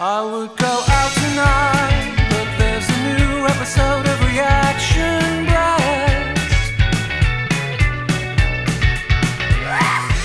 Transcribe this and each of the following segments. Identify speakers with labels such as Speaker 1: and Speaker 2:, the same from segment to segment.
Speaker 1: I would go out tonight, but there's a new episode of Reaction Blast.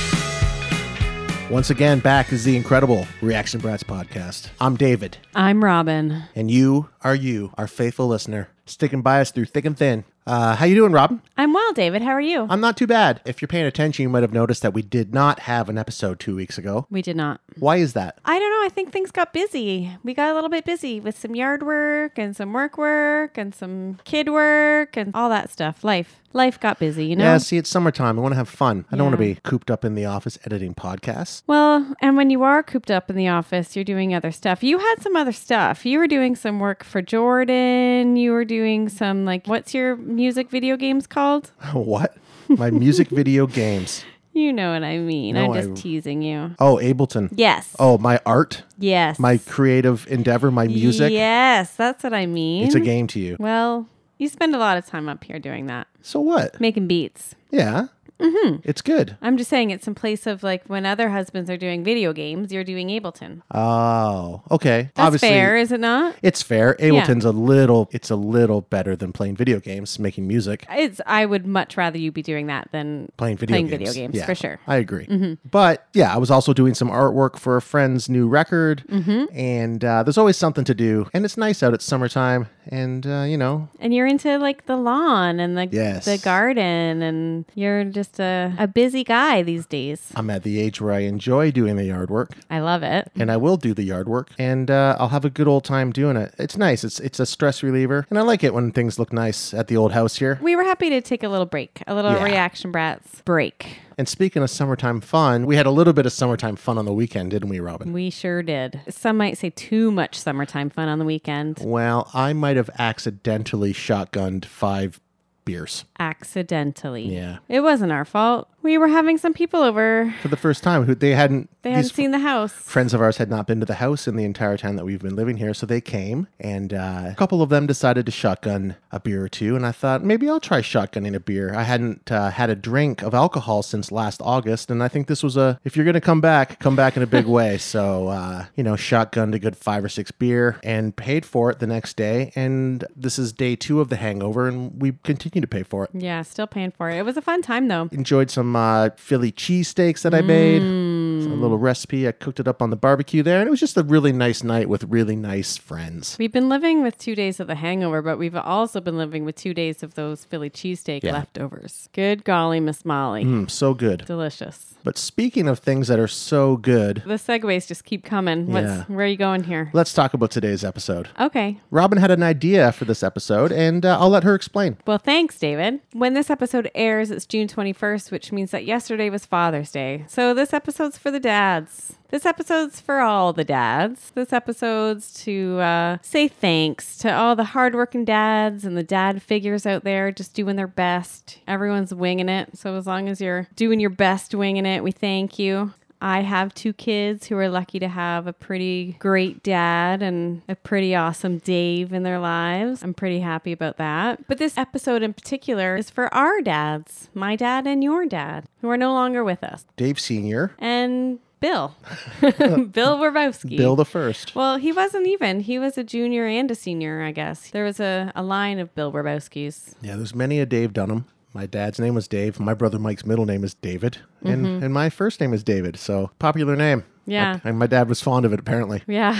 Speaker 2: Once again, back is the incredible Reaction Brats podcast. I'm David,
Speaker 3: I'm Robin.
Speaker 2: and you are you, our faithful listener, sticking by us through thick and thin. Uh, how you doing, Robin?
Speaker 3: I'm well, David. How are you?
Speaker 2: I'm not too bad. If you're paying attention, you might have noticed that we did not have an episode two weeks ago.
Speaker 3: we did not.
Speaker 2: Why is that?
Speaker 3: I don't know. I think things got busy. We got a little bit busy with some yard work and some work work and some kid work and all that stuff. Life. Life got busy, you know?
Speaker 2: Yeah, see, it's summertime. I want to have fun. I don't want to
Speaker 3: Yeah.
Speaker 2: be cooped up in the office editing podcasts.
Speaker 3: Well, and when you are cooped up in the office, you're doing other stuff. You had some other stuff. You were doing some work for Jordan. You were doing some, like, what's your music video games called?
Speaker 2: what? My music video games.
Speaker 3: You know what I mean.
Speaker 2: No,
Speaker 3: I'm just
Speaker 2: I-
Speaker 3: teasing you.
Speaker 2: Oh, Ableton.
Speaker 3: Yes.
Speaker 2: Oh, my art,
Speaker 3: yes.
Speaker 2: my creative endeavor, my music.
Speaker 3: Yes, that's what I mean.
Speaker 2: It's a game to you.
Speaker 3: Well, you spend a lot of time up here doing that,
Speaker 2: So what?
Speaker 3: making beats.
Speaker 2: Yeah. Mm-hmm. It's good.
Speaker 3: I'm just saying it's in place of like when other husbands are doing video games, you're doing Ableton.
Speaker 2: Oh, okay.
Speaker 3: That's fair, is it not?
Speaker 2: It's fair. Ableton's a little. It's a little better than playing video games, making music,
Speaker 3: It's I would much rather you be doing that than
Speaker 2: playing video
Speaker 3: Playing
Speaker 2: games.
Speaker 3: video games,
Speaker 2: Yeah,
Speaker 3: for sure. Mm-hmm.
Speaker 2: I agree. But yeah, I was also doing some artwork for a friend's new record,
Speaker 3: Mm-hmm.
Speaker 2: and uh, there's always something to do. And it's nice out. It's summertime, and uh, you know,
Speaker 3: and you're into like the lawn and the
Speaker 2: Yes.
Speaker 3: the garden and you're just a, a busy guy these days.
Speaker 2: I'm at the age where I enjoy doing the yard work.
Speaker 3: I love it.
Speaker 2: and I will do the yard work, and uh, I'll have a good old time doing it. It's nice. It's it's a stress reliever, and I like it when things look nice at the old house here.
Speaker 3: We were happy to take a little break, a little
Speaker 2: Yeah.
Speaker 3: reaction brats break.
Speaker 2: And speaking of summertime fun, we had a little bit of summertime fun on the weekend, didn't we, Robin?
Speaker 3: We sure did. Some might say too much summertime fun on the weekend.
Speaker 2: Well, I might have accidentally shotgunned five beers
Speaker 3: accidentally.
Speaker 2: Yeah.
Speaker 3: It wasn't our fault. We were having some people over.
Speaker 2: for the first time. Who they hadn't
Speaker 3: They
Speaker 2: these
Speaker 3: hadn't seen the house.
Speaker 2: friends of ours had not been to the house in the entire time that we've been living here, so they came, and uh, a couple of them decided to shotgun a beer or two. And I thought maybe I'll try shotgunning a beer. I hadn't uh, had a drink of alcohol since last August, and I think this was a if you're gonna come back, come back in a big way. So uh, you know, shotgunned a good five or six beer and paid for it the next day. And this is day two of the hangover, and we continue to pay for it.
Speaker 3: Yeah, still paying for it. It was a fun time though.
Speaker 2: Enjoyed some uh, Philly cheesesteaks that I made. It's
Speaker 3: Mm.
Speaker 2: A little recipe. I cooked it up on the barbecue there, and it was just a really nice night with really nice friends.
Speaker 3: We've been living with two days of the hangover, but we've also been living with two days of those Philly cheesesteak leftovers. Good golly, Miss Molly.
Speaker 2: Mm, so good.
Speaker 3: Delicious.
Speaker 2: But speaking of things that are so good,
Speaker 3: The segues just keep coming. What's
Speaker 2: Yeah.
Speaker 3: where are you going here?
Speaker 2: let's talk about today's episode.
Speaker 3: Okay.
Speaker 2: Robin had an idea for this episode, and uh, I'll let her explain.
Speaker 3: Well, thanks, David. When this episode airs, it's June 21st, which means that yesterday was Father's Day. So this episode's for the dads. This episode's for all the dads. This episode's to uh, say thanks to all the hardworking dads and the dad figures out there just doing their best. Everyone's winging it. So as long as you're doing your best winging it, we thank you. I have two kids who are lucky to have a pretty great dad and a pretty awesome Dave in their lives. I'm pretty happy about that. But this episode in particular is for our dads, my dad and your dad, who are no longer with us,
Speaker 2: Dave Sr.,
Speaker 3: and Bill, Bill Werbowski.
Speaker 2: Bill the First.
Speaker 3: well, he wasn't even. He was a junior and a senior, I guess. There was a, a line of Bill Werbowski's.
Speaker 2: Yeah, there's many a Dave Dunham. My dad's name was Dave. My brother Mike's middle name is David, and, and my first name is David. So popular name.
Speaker 3: Mm-hmm. Yeah.
Speaker 2: and my dad was fond of it, apparently.
Speaker 3: Yeah.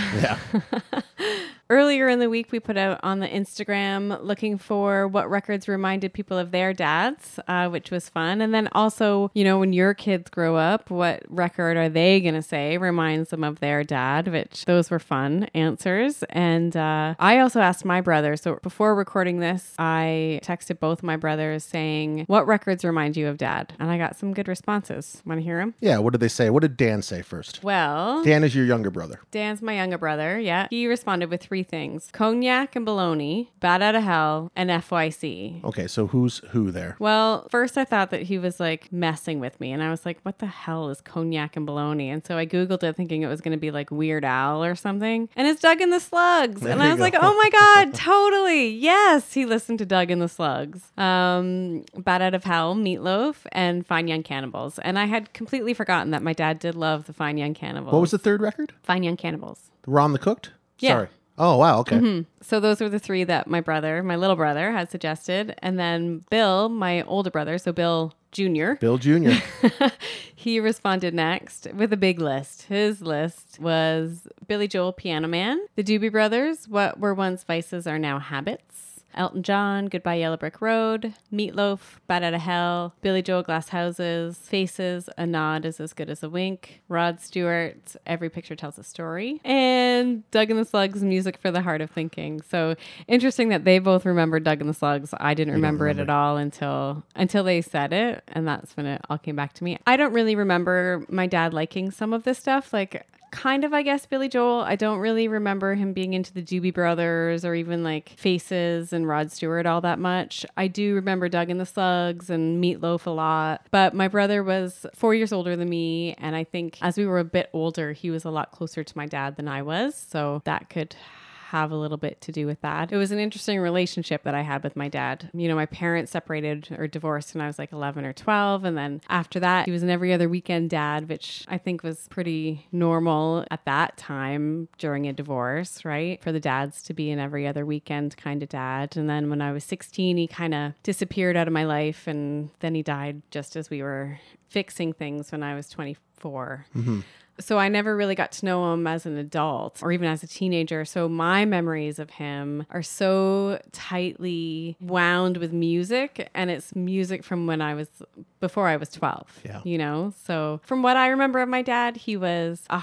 Speaker 2: Yeah.
Speaker 3: Earlier in the week, we put out on the Instagram looking for what records reminded people of their dads, uh, which was fun. And then also, you know, when your kids grow up, what record are they going to say reminds them of their dad, which those were fun answers. And uh, I also asked my brother. So before recording this, I texted both my brothers saying, What records remind you of dad? And I got some good responses. Want to hear them?
Speaker 2: yeah, what did they say? What did Dan say first?
Speaker 3: Well,
Speaker 2: Dan is your younger brother.
Speaker 3: Dan's my younger brother. Yeah. He responded with three three things cognac and bologna, bad out of hell, and FYC.
Speaker 2: Okay, so who's who there?
Speaker 3: Well, first I thought that he was like messing with me, and I was like, "What the hell is cognac and bologna?" And so I googled it, thinking it was going to be like Weird Al or something, and it's Doug and the Slugs,
Speaker 2: There
Speaker 3: and
Speaker 2: you
Speaker 3: I was
Speaker 2: go.
Speaker 3: like, "Oh my god, totally yes!" He listened to Doug and the Slugs, um, Bad Out of Hell, Meatloaf, and Fine Young Cannibals, and I had completely forgotten that my dad did love the Fine Young Cannibals.
Speaker 2: What was the third record?
Speaker 3: Fine Young Cannibals?
Speaker 2: Ron the Cooked?
Speaker 3: Yeah. Mm-hmm.
Speaker 2: Sorry. Oh, wow. Okay.
Speaker 3: So those were the three that my brother, my little brother, had suggested, and then Bill, my older brother, so Bill Junior.
Speaker 2: Bill Jr.
Speaker 3: he responded next with a big list. His list was Billy Joel, Piano Man, The Doobie Brothers, What Were Once Vices Are Now Habits, Elton John, Goodbye Yellow Brick Road, Meatloaf, Bad Outta Hell, Billy Joel, Glass Houses, Faces, A Nod is As Good as a Wink, Rod Stewart, Every Picture Tells a Story, and Doug and the Slugs, Music for the Heart of Thinking. So interesting that they both remembered Doug and the Slugs. I didn't remember it at all until until they said it, and that's when it all came back to me. I don't really remember my dad liking some of this stuff, like kind of I guess Billy Joel. I don't really remember him being into the Doobie Brothers or even like Faces and Rod Stewart all that much. I do remember Doug and the Slugs and Meatloaf a lot, but my brother was 4 years older than me and I think as we were a bit older, he was a lot closer to my dad than I was, so that could have a little bit to do with that. It was an interesting relationship that I had with my dad. You know, my parents separated or divorced when I was like 11 or 12. And then after that, he was an every other weekend dad, which I think was pretty normal at that time during a divorce, right? For the dads to be an every other weekend kind of dad. And then when I was 16, he kind of disappeared out of my life. And then he died just as we were fixing things when I was 24 so I never really got to know him as an adult or even as a teenager. So my memories of him are so tightly wound with music and it's music from when I was before I was 12.
Speaker 2: Yeah.
Speaker 3: You know? So from what I remember of my dad, he was a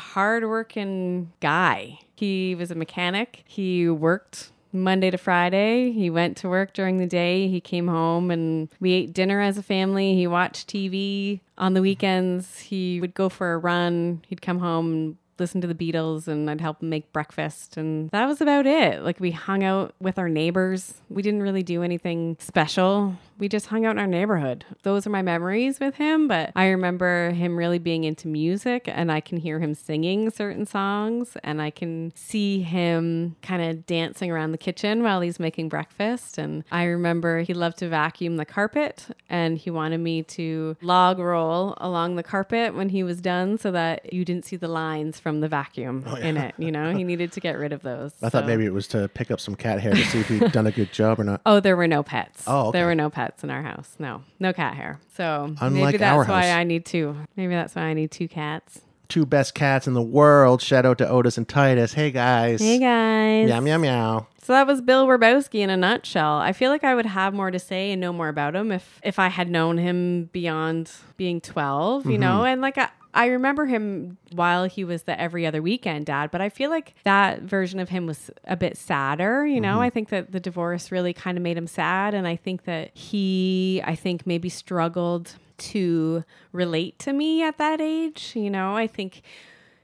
Speaker 3: hardworking guy. He was a mechanic. He worked Monday to Friday. He went to work during the day. He came home and we ate dinner as a family. He watched TV on the weekends. He would go for a run. He'd come home and listen to the Beatles and I'd help him make breakfast and that was about it. Like we hung out with our neighbors. We didn't really do anything special. We just hung out in our neighborhood. Those are my memories with him, but I remember him really being into music and I can hear him singing certain songs and I can see him kind of dancing around the kitchen while he's making breakfast and I remember he loved to vacuum the carpet and he wanted me to log roll along the carpet when he was done so that you didn't see the lines from the vacuum in it, you know? He needed to get rid of those.
Speaker 2: Oh, I thought
Speaker 3: so-
Speaker 2: maybe it was to pick up some cat hair to see if he'd done a good job or not.
Speaker 3: Oh, there were no pets.
Speaker 2: Oh, okay.
Speaker 3: there were no pets in our house. No, no cat hair. So maybe
Speaker 2: Unlike
Speaker 3: that's
Speaker 2: our
Speaker 3: why
Speaker 2: house.
Speaker 3: I need two. Maybe that's why I need two cats.
Speaker 2: Two best cats in the world. Shout out to Otis and Titus. Hey guys.
Speaker 3: Hey guys.
Speaker 2: Meow meow meow.
Speaker 3: So that was Bill Werbowski in a nutshell. I feel like I would have more to say and know more about him if if I had known him beyond being 12, you know? And like I I remember him while he was the every other weekend dad, but I feel like that version of him was a bit sadder, you know? I think that the divorce really kind of made him sad and I think that he I think maybe struggled to relate to me at that age, you know? I think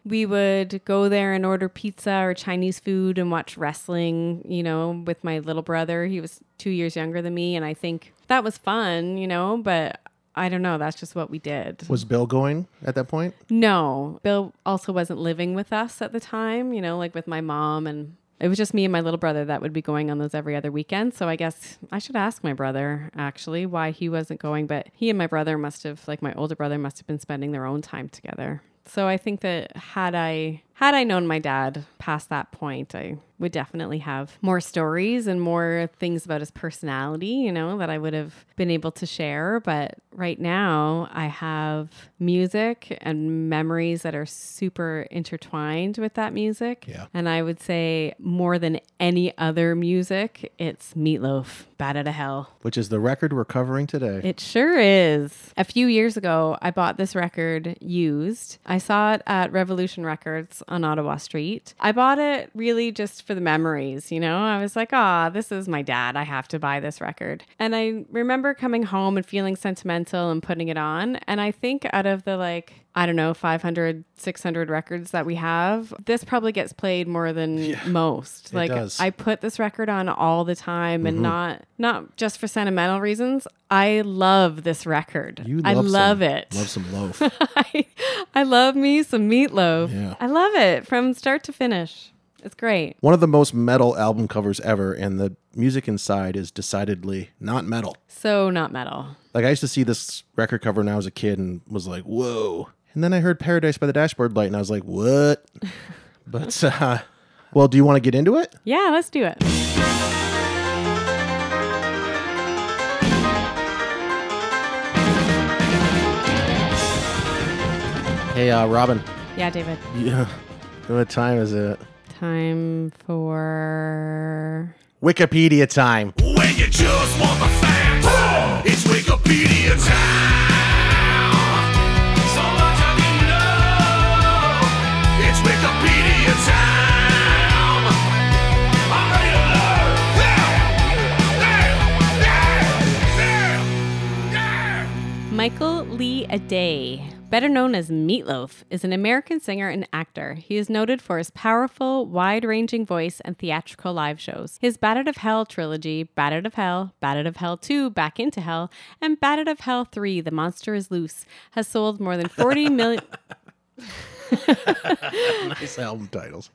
Speaker 3: we would go there and order pizza or Chinese food and watch wrestling, you know, with my little brother. He was two years younger than me. And I think that was fun, you know, but I don't know. That's just what we did.
Speaker 2: Was Bill going at that point?
Speaker 3: No, Bill also wasn't living with us at the time, you know, like with my mom. And it was just me and my little brother that would be going on those every other weekend. So I guess I should ask my brother actually why he wasn't going. But he and my brother must have, like my older brother, must have been spending their own time together. So I think that had I had I known my dad past that point, I would definitely have more stories and more things about his personality, you know, that I would have been able to share. But right now, I have music and memories that are super intertwined with that music.
Speaker 2: Yeah.
Speaker 3: And I would say more than any other music, it's Meatloaf, Bad Outta Hell.
Speaker 2: Which is the record we're covering today.
Speaker 3: It sure is. A few years ago, I bought this record used. I saw it at Revolution Records on Ottawa Street. I bought it really just for the memories, you know? I was like, ah, this is my dad. I have to buy this record. And I remember coming home and feeling sentimental rental and putting it on. And I think out of the like, I don't know, 500, 600 records that we have, this probably gets played more than most. like
Speaker 2: does.
Speaker 3: I put this record on all the time
Speaker 2: Mm-hmm.
Speaker 3: and not not just for sentimental reasons. I love this record.
Speaker 2: You love
Speaker 3: I
Speaker 2: some-
Speaker 3: love it.
Speaker 2: Love some loaf.
Speaker 3: I, I love me some meatloaf.
Speaker 2: Yeah.
Speaker 3: I love it from start to finish. It's great.
Speaker 2: One of the most metal album covers ever, and the music inside is decidedly not metal.
Speaker 3: So not metal.
Speaker 2: Like I used to see this record cover when I was a kid and was like, "Whoa!" And then I heard "Paradise by the Dashboard Light" and I was like, "What?" but uh, well, do you want to get into it?
Speaker 3: Yeah, let's do it.
Speaker 2: Hey, uh, Robin.
Speaker 3: Yeah, David.
Speaker 2: Yeah. What time is it?
Speaker 3: Time for
Speaker 2: Wikipedia time.
Speaker 4: When you just want the facts, it's Wikipedia time. So much I can know. It's Wikipedia time. I'm ready to learn. Yeah, yeah, yeah, yeah, yeah.
Speaker 3: Michael Lee Aday, better known as Meatloaf, is an American singer and actor. He is noted for his powerful, wide ranging voice and theatrical live shows. His Battered of Hell trilogy, Battered of Hell, Battered of Hell 2, Back into Hell, and Battered of Hell 3, The Monster is Loose, has sold more than 40 million.
Speaker 2: Nice album titles.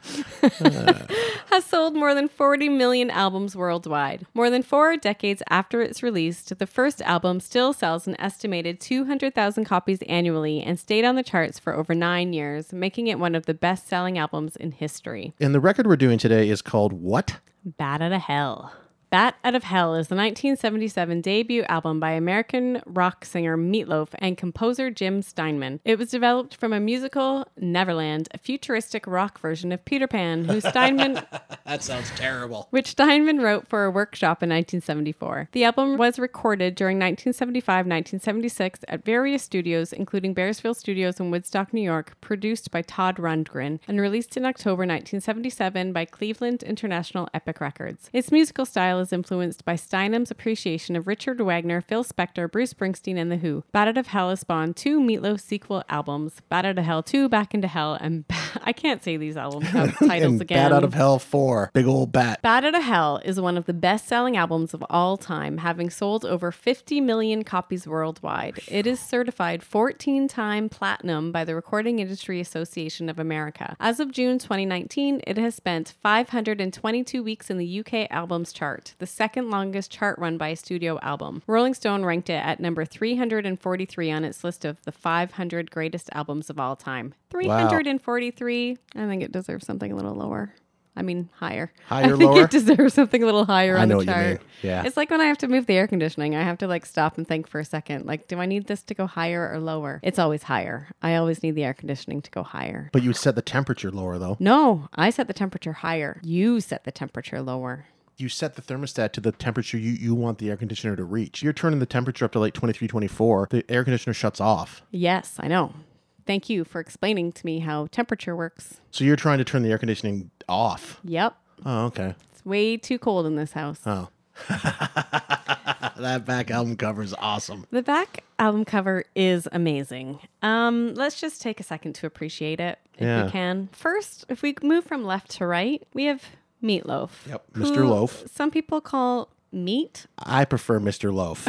Speaker 3: has sold more than 40 million albums worldwide. More than four decades after its release, the first album still sells an estimated 200,000 copies annually and stayed on the charts for over nine years, making it one of the best selling albums in history.
Speaker 2: And the record we're doing today is called What?
Speaker 3: Bat Out of Hell. Bat Out of Hell is the 1977 debut album by American rock singer Meatloaf and composer Jim Steinman. It was developed from a musical, Neverland, a futuristic rock version of Peter Pan, who Steinman
Speaker 2: That sounds terrible.
Speaker 3: which Steinman wrote for a workshop in 1974. The album was recorded during 1975 1976 at various studios, including Bearsfield Studios in Woodstock, New York, produced by Todd Rundgren, and released in October 1977 by Cleveland International Epic Records. Its musical style is influenced by Steinem's appreciation of Richard Wagner, Phil Spector, Bruce Springsteen, and The Who. Battered of Hell has spawned two Meatloaf sequel albums, Battered of Hell 2, Back into Hell, and I can't say these album titles
Speaker 2: And
Speaker 3: again.
Speaker 2: Bat Out of Hell 4. Big old bat.
Speaker 3: Bad Out of Hell is one of the best selling albums of all time, having sold over 50 million copies worldwide. It is certified 14 time platinum by the Recording Industry Association of America. As of June 2019, it has spent 522 weeks in the UK albums chart, the second longest chart run by a studio album. Rolling Stone ranked it at number 343 on its list of the 500 greatest albums of all time. 343. I think it deserves something a little lower. I mean, higher.
Speaker 2: Higher,
Speaker 3: I think
Speaker 2: lower?
Speaker 3: it deserves something a little higher
Speaker 2: I
Speaker 3: on
Speaker 2: know what
Speaker 3: the
Speaker 2: you
Speaker 3: chart.
Speaker 2: mean. Yeah.
Speaker 3: It's like when I have to move the air conditioning, I have to like stop and think for a second. Like, do I need this to go higher or lower? It's always higher. I always need the air conditioning to go higher.
Speaker 2: But you set the temperature lower, though.
Speaker 3: No, I set the temperature higher. You set the temperature lower.
Speaker 2: You set the thermostat to the temperature you, you want the air conditioner to reach. You're turning the temperature up to like 23, 24. The air conditioner shuts off.
Speaker 3: Yes, I know. Thank you for explaining to me how temperature works.
Speaker 2: So you're trying to turn the air conditioning off.
Speaker 3: Yep.
Speaker 2: Oh, okay.
Speaker 3: It's way too cold in this house.
Speaker 2: Oh. that back album cover is awesome.
Speaker 3: The back album cover is amazing. Um, let's just take a second to appreciate it if
Speaker 2: Yeah.
Speaker 3: we can. First, if we move from left to right, we have Meatloaf.
Speaker 2: Yep,
Speaker 3: Hmm.
Speaker 2: Mr. Loaf.
Speaker 3: Some people call meat.
Speaker 2: I prefer Mr. Loaf.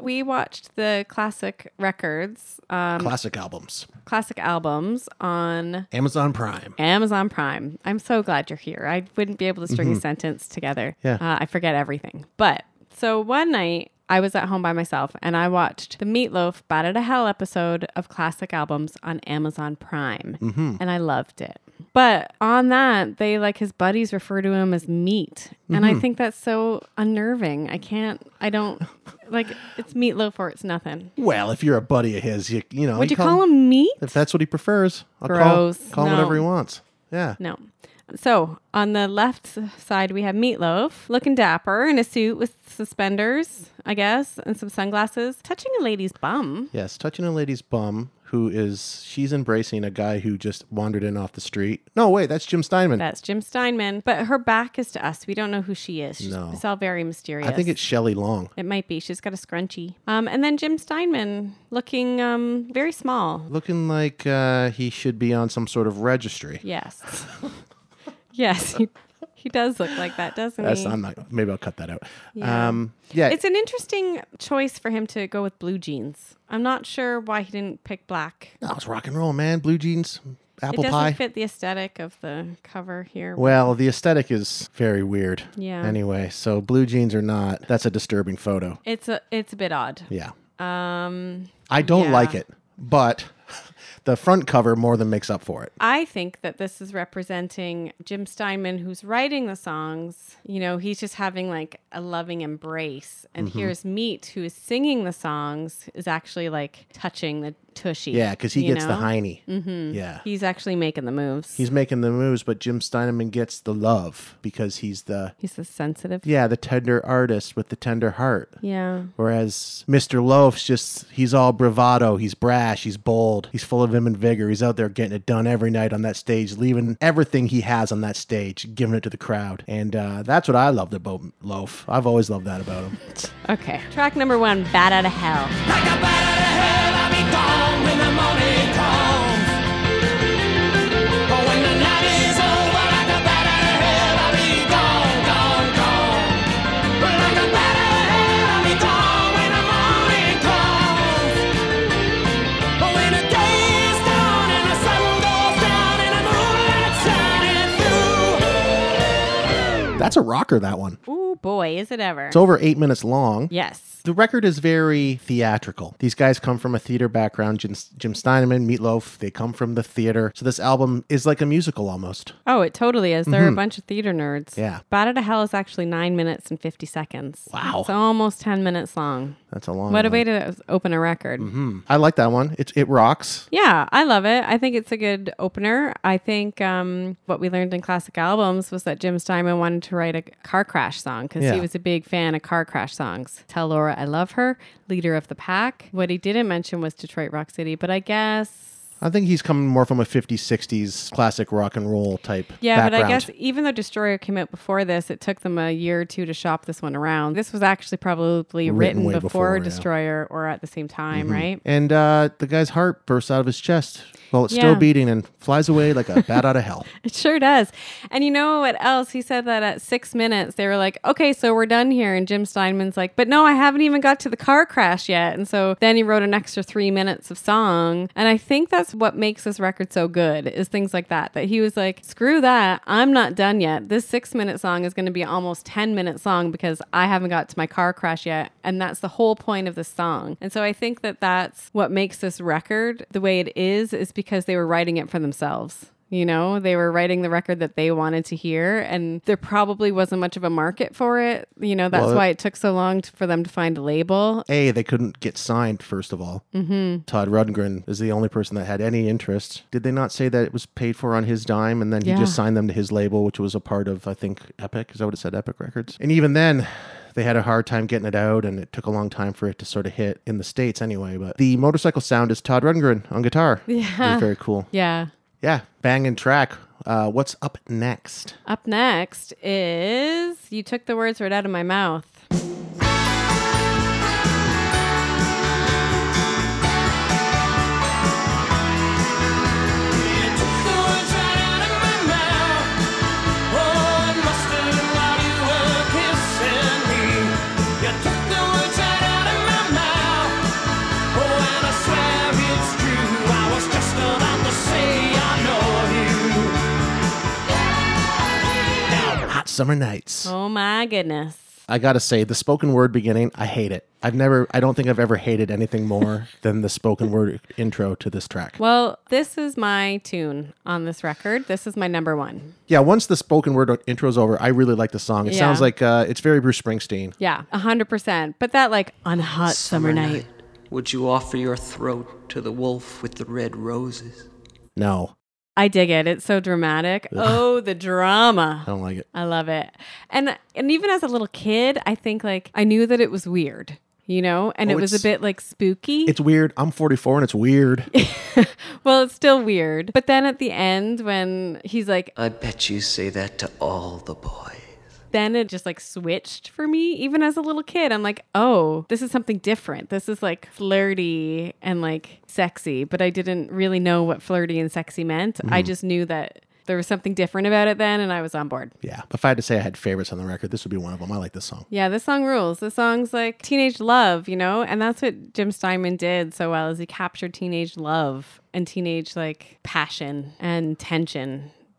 Speaker 3: We watched the classic records, uh,
Speaker 2: Classic albums.
Speaker 3: classic albums on
Speaker 2: Amazon Prime.
Speaker 3: Amazon Prime. I'm so glad you're here. I wouldn't be able to string a sentence together.
Speaker 2: Yeah.
Speaker 3: Uh, I forget everything. But so one night I was at home by myself and I watched the Meatloaf Batted to Hell episode of classic albums on Amazon Prime. And I loved it. But on that, they like his buddies refer to him as meat. And I think that's so unnerving. I can't, I don't like it's meatloaf or it's nothing.
Speaker 2: Well, if you're a buddy of his, you, you know.
Speaker 3: Would you call him meat?
Speaker 2: If that's what he prefers, I'll
Speaker 3: Gross.
Speaker 2: call, call him whatever he
Speaker 3: No.
Speaker 2: wants. Yeah.
Speaker 3: No. So on the left side, we have Meatloaf looking dapper in a suit with suspenders, I guess, and some sunglasses, touching a lady's bum.
Speaker 2: Yes, touching a lady's bum who is she's embracing a guy who just wandered in off the street. No, wait, that's Jim Steinman.
Speaker 3: That's Jim Steinman. But her back is to us. We don't know who she is. She's,
Speaker 2: No.
Speaker 3: It's all very mysterious.
Speaker 2: I think it's Shelley Long.
Speaker 3: It might be. She's got a scrunchie. Um, and then Jim Steinman looking um, very small.
Speaker 2: Looking like uh, he should be on some sort of registry.
Speaker 3: Yes. yes. He, he does look like that, doesn't
Speaker 2: That's
Speaker 3: he?
Speaker 2: I'm not. Maybe I'll cut that out.
Speaker 3: Yeah.
Speaker 2: Um, yeah.
Speaker 3: It's an interesting choice for him to go with blue jeans. I'm not sure why he didn't pick black.
Speaker 2: no, it's rock and roll, man. Blue jeans, apple
Speaker 3: it doesn't
Speaker 2: pie.
Speaker 3: fit the aesthetic of the cover here.
Speaker 2: Well, the aesthetic is very weird.
Speaker 3: Yeah.
Speaker 2: Anyway, so blue jeans or not, that's a disturbing photo.
Speaker 3: it's a it's a bit odd.
Speaker 2: Yeah.
Speaker 3: Um,
Speaker 2: I don't
Speaker 3: Yeah.
Speaker 2: like it, but the front cover more than makes up for it.
Speaker 3: I think that this is representing Jim Steinman, who's writing the songs. You know, he's just having like a loving embrace. And
Speaker 2: Mm-hmm.
Speaker 3: here's Meat, who is singing the songs, is actually like touching the tushy.
Speaker 2: Yeah, because he
Speaker 3: you
Speaker 2: gets the
Speaker 3: know?
Speaker 2: hiney. Mm-hmm. Yeah.
Speaker 3: He's actually making the moves.
Speaker 2: He's making the moves, but Jim Steinman gets the love because he's the
Speaker 3: he's the sensitive.
Speaker 2: yeah the tender artist with the tender heart.
Speaker 3: yeah.
Speaker 2: Whereas Mr. Loaf's just, he's all bravado. He's brash. He's bold. He's full of vim and vigor. He's out there getting it done every night on that stage, leaving everything he has on that stage, giving it to the crowd. And uh, that's what I loved about Loaf. I've always loved that about him.
Speaker 3: Okay. Track number one, Bat Out of Hell.
Speaker 4: Like a bat out of hell, I'll be gone when the morning comes. But when the night is over, like a bat out of hell, I'll be gone, gone, gone. But like a bat out of hell, I'll be gone when the morning comes. But when the day is done and the sun goes down and the moonlight's shining through.
Speaker 2: That's a rocker, that one.
Speaker 3: Ooh, boy, is it ever.
Speaker 2: It's over eight minutes long.
Speaker 3: yes.
Speaker 2: The record is very theatrical. These guys come from a theater background. Jim, Jim Steinman, Meatloaf, they come from the theater. So this album is like a musical almost.
Speaker 3: Oh, it totally is. They're a bunch of theater nerds.
Speaker 2: Mm-hmm. Yeah.
Speaker 3: Bat Out of Hell is actually nine minutes and 50 seconds.
Speaker 2: Wow.
Speaker 3: It's almost 10 minutes long.
Speaker 2: That's a long
Speaker 3: What a
Speaker 2: one. Hmm.
Speaker 3: way to open a record.
Speaker 2: I like that one. It, it rocks.
Speaker 3: Yeah, I love it. I think it's a good opener. I think um, what we learned in classic albums was that Jim Steinman wanted to write a car crash song because
Speaker 2: Yeah.
Speaker 3: he was a big fan of car crash songs. Tell Laura I Love Her, Leader of the Pack. What he didn't mention was Detroit Rock City, but I guess.
Speaker 2: I think he's coming more from a 50s, 60s classic rock and roll type
Speaker 3: Yeah,
Speaker 2: background.
Speaker 3: but I guess even though Destroyer came out before this, it took them a year or two to shop this one around. This was actually probably
Speaker 2: Written
Speaker 3: written,
Speaker 2: way
Speaker 3: before,
Speaker 2: before, yeah. Mm-hmm.
Speaker 3: Destroyer or at the same time, right?
Speaker 2: And uh, the guy's heart bursts out of his chest while it's
Speaker 3: Yeah.
Speaker 2: still beating and flies away like a bat out of hell.
Speaker 3: It sure does. And you know what else? He said that at six minutes, they were like, okay, so we're done here. And Jim Steinman's like, but no, I haven't even got to the car crash yet. And so then he wrote an extra three minutes of song. And I think that's what makes this record so good is things like that. That he was like, screw that. I'm not done yet. This six minute song is going to be almost 10 minutes long because I haven't got to my car crash yet. And that's the whole point of the song. And so I think that that's what makes this record the way it is, is because they were writing it for themselves. You know, they were writing the record that they wanted to hear, and there probably wasn't much of a market for it. You know, that's
Speaker 2: Well,
Speaker 3: why it took so long to, for them to find a label.
Speaker 2: A, they couldn't get signed, first of all. Mm-hmm. Todd Rundgren is the only person that had any interest. Did they not say that it was paid for on his dime and then he
Speaker 3: Yeah.
Speaker 2: just signed them to his label, which was a part of, I think, Epic? Is that what it said? Epic Records? And even then, they had a hard time getting it out and it took a long time for it to sort of hit in the States anyway. But the motorcycle sound is Todd Rundgren on guitar. Yeah. Very cool.
Speaker 3: Yeah.
Speaker 2: Yeah, banging track. Uh, what's up next?
Speaker 3: Up next is You Took the Words Right Out of My Mouth.
Speaker 4: You took the words right out of my mouth. Oh, it must have been while you were kissing me. You took the words right out of my mouth. Oh, and I swear it's true. I was just about to say I know you.
Speaker 2: Hot summer nights.
Speaker 3: Oh my goodness.
Speaker 2: I gotta say, the spoken word beginning, I hate it. I've never, I don't think I've ever hated anything more than the spoken word intro to this track.
Speaker 3: Well, this is my tune on this record. This is my number one.
Speaker 2: yeah, once the spoken word intro's over, I really like the song. It
Speaker 3: Yeah.
Speaker 2: sounds like uh, it's very Bruce Springsteen.
Speaker 3: Yeah, 100%. But that, like, on a hot summer, night.
Speaker 5: Would you offer your throat to the wolf with the red roses?
Speaker 2: No,
Speaker 3: I dig it. It's so dramatic. oh, the drama.
Speaker 2: I don't like it.
Speaker 3: I love it. And and even as a little kid, I think like I knew that it was weird. you know? And
Speaker 2: Oh,
Speaker 3: it was a
Speaker 2: it's-
Speaker 3: bit like spooky.
Speaker 2: It's weird. I'm 44 and it's weird.
Speaker 3: well, it's still weird. But then at the end, when he's like,
Speaker 5: I bet you say that to all the boys.
Speaker 3: then it just like switched for me even as a little kid i'm like oh this is something different this is like flirty and like sexy but i didn't really know what flirty and sexy meant
Speaker 2: Mm-hmm.
Speaker 3: i just knew that there was something different about it then and i was on board
Speaker 2: yeah. If I had to say I had favorites on the record, this would be one of them. I like this song.
Speaker 3: yeah this song rules this song's like teenage love you know and that's what jim steinman did so well is he captured teenage love and teenage like passion and tension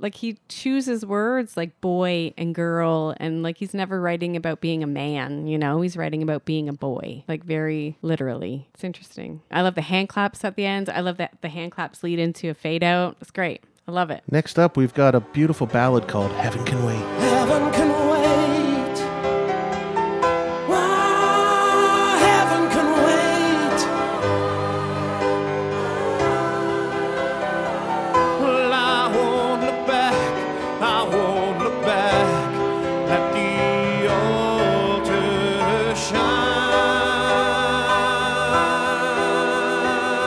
Speaker 3: like he chooses words like boy and girl and like he's never writing about being a man you know he's writing about being a boy like very literally it's interesting i love the hand claps at the end i love that the hand claps lead into a fade out it's great i love it
Speaker 2: Next up, we've got a beautiful ballad called Heaven Can Wait.
Speaker 4: Heaven can wait. Why heaven can wait? Well, I won't look back. I won't look back. Let the altar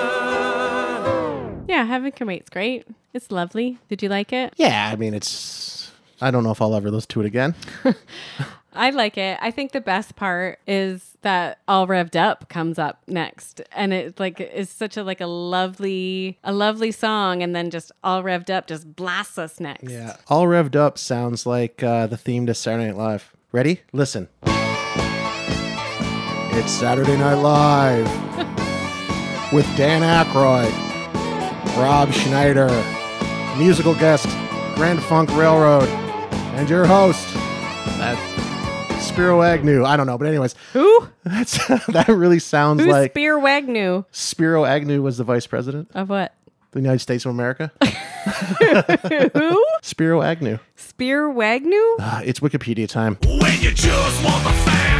Speaker 4: shine.
Speaker 3: yeah heaven can wait it's great it's lovely did you like it
Speaker 2: Yeah, I mean, it's. I don't know if I'll ever listen to it again.
Speaker 3: I like it. I think the best part is that all revved up comes up next, and it like is such a like a lovely a lovely song, and then just all revved up just blasts us next.
Speaker 2: Yeah. All Revved Up sounds like uh, the theme to Saturday Night Live. Ready? Listen. It's Saturday Night Live with Dan Aykroyd, Rob Schneider, musical guest, Grand Funk Railroad, and your host, uh, Spiro Agnew. I don't know, but anyways,
Speaker 3: Who?
Speaker 2: that's that really sounds
Speaker 3: Who's
Speaker 2: like
Speaker 3: Spear Wagnew?
Speaker 2: Spiro Agnew was the vice president of
Speaker 3: Of what?
Speaker 2: the United States of America.
Speaker 3: Who?
Speaker 2: Spiro Agnew.
Speaker 3: Spear Wagnew?
Speaker 2: Uh, it's Wikipedia time.
Speaker 6: When you just want the facts.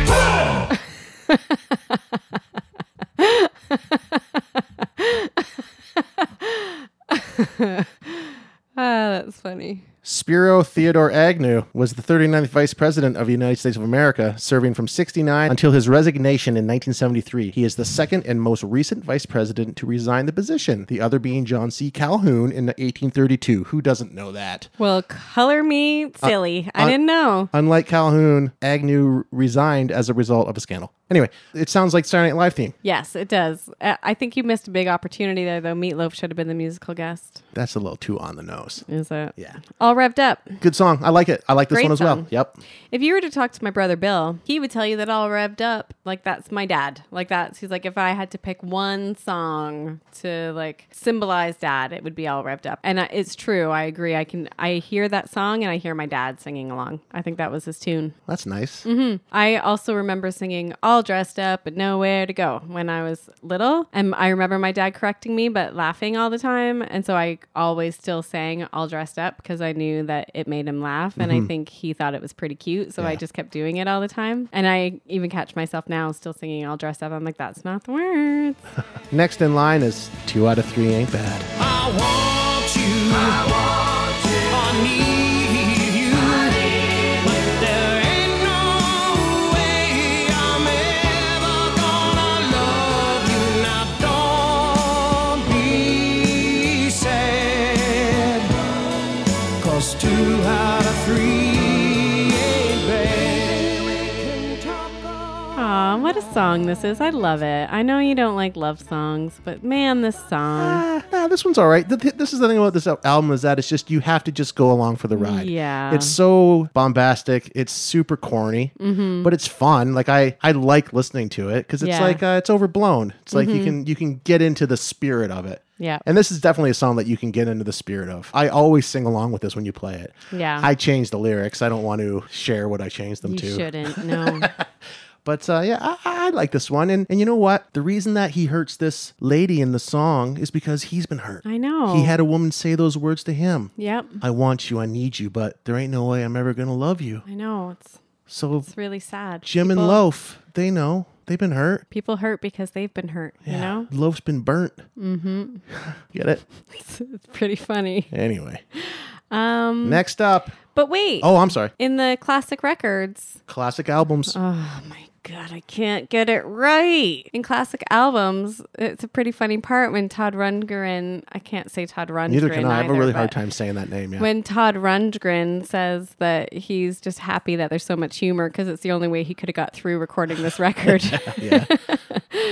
Speaker 3: Ah, that's funny.
Speaker 2: Spiro Theodore Agnew was the 39th Vice President of the United States of America, serving from 69 until his resignation in 1973. He is the second and most recent Vice President to resign the position, the other being John C. Calhoun in 1832. Who doesn't know that?
Speaker 3: Well, color me silly. I
Speaker 2: uh,
Speaker 3: didn't know.
Speaker 2: Unlike Calhoun, Agnew resigned as a result of a scandal. Anyway, it sounds like Saturday Night Live theme.
Speaker 3: Yes, it does. I I think you missed a big opportunity there, though. Meatloaf should have been the musical guest.
Speaker 2: That's a little too on the nose.
Speaker 3: Is it?
Speaker 2: Yeah.
Speaker 3: All revved up.
Speaker 2: Good song. I like it. I like this
Speaker 3: Great
Speaker 2: one as well.
Speaker 3: song.
Speaker 2: Yep.
Speaker 3: If you were to talk to my brother Bill, he would tell you that all revved up. Like that's my dad. Like that's he's like if I had to pick one song to like symbolize dad, it would be all revved up. And I, it's true. I agree. I can I hear that song and I hear my dad singing along. I think that was his tune.
Speaker 2: That's nice.
Speaker 3: I also remember singing All Dressed Up but Nowhere to Go when I was little. And I remember my dad correcting me but laughing all the time. And so I always still sang All Dressed Up because I knew that it made him laugh. And
Speaker 2: Mm-hmm.
Speaker 3: I think he thought it was pretty cute. So I just kept doing it all the time. And I even catch myself now still singing All Dressed Up. I'm like, that's not the words.
Speaker 2: Next in line is Two Out of Three Ain't Bad.
Speaker 4: I want you. I want you. I need you. But there ain't no way I'm ever gonna love you. Now don't be sad. 'Cause two out of three ain't bad.
Speaker 3: Aw, what a song this is. I love it. I know you don't like love songs, but man, this song.
Speaker 2: Ah, nah, this one's all right. Th- th- This is the thing about this al- album is that it's just you have to just go along for the ride.
Speaker 3: Yeah.
Speaker 2: it's so bombastic. It's super corny, but it's fun. Like I, I like listening to it because it's
Speaker 3: Mm-hmm. Yeah.
Speaker 2: like
Speaker 3: Mm-hmm.
Speaker 2: uh, it's overblown. It's like you can you can get into the spirit of it.
Speaker 3: Yeah.
Speaker 2: and this is definitely a song that you can get into the spirit of. I always sing along with this when you play it.
Speaker 3: Yeah.
Speaker 2: I change the lyrics. I don't want to share what I changed them
Speaker 3: You
Speaker 2: to.
Speaker 3: shouldn't. No.
Speaker 2: But uh, yeah, I, I I like this one. And and you know what? The reason that he hurts this lady in the song is because he's been hurt.
Speaker 3: I know.
Speaker 2: He had a woman say those words to him.
Speaker 3: yep.
Speaker 2: I want you, I need you, but there ain't no way I'm ever gonna love you.
Speaker 3: I know. It's
Speaker 2: So
Speaker 3: it's really sad.
Speaker 2: Jim and
Speaker 3: People-
Speaker 2: Loaf, they know. They've been hurt.
Speaker 3: people hurt because they've been hurt you know
Speaker 2: Loaf's been burnt. Mm-hmm. Get it?
Speaker 3: it's, it's pretty funny
Speaker 2: Anyway. Um Next up.
Speaker 3: but wait
Speaker 2: Oh, I'm sorry.
Speaker 3: in the classic records
Speaker 2: Classic albums.
Speaker 3: oh my God, I can't get it right. In classic albums, it's a pretty funny part when Todd Rundgren, I can't say Todd Rundgren.
Speaker 2: Neither can I. I have a
Speaker 3: either,
Speaker 2: really hard
Speaker 3: but
Speaker 2: time saying that name. Yeah.
Speaker 3: When Todd Rundgren says that he's just happy that there's so much humor because it's the only way he could have got through recording this record.
Speaker 2: yeah.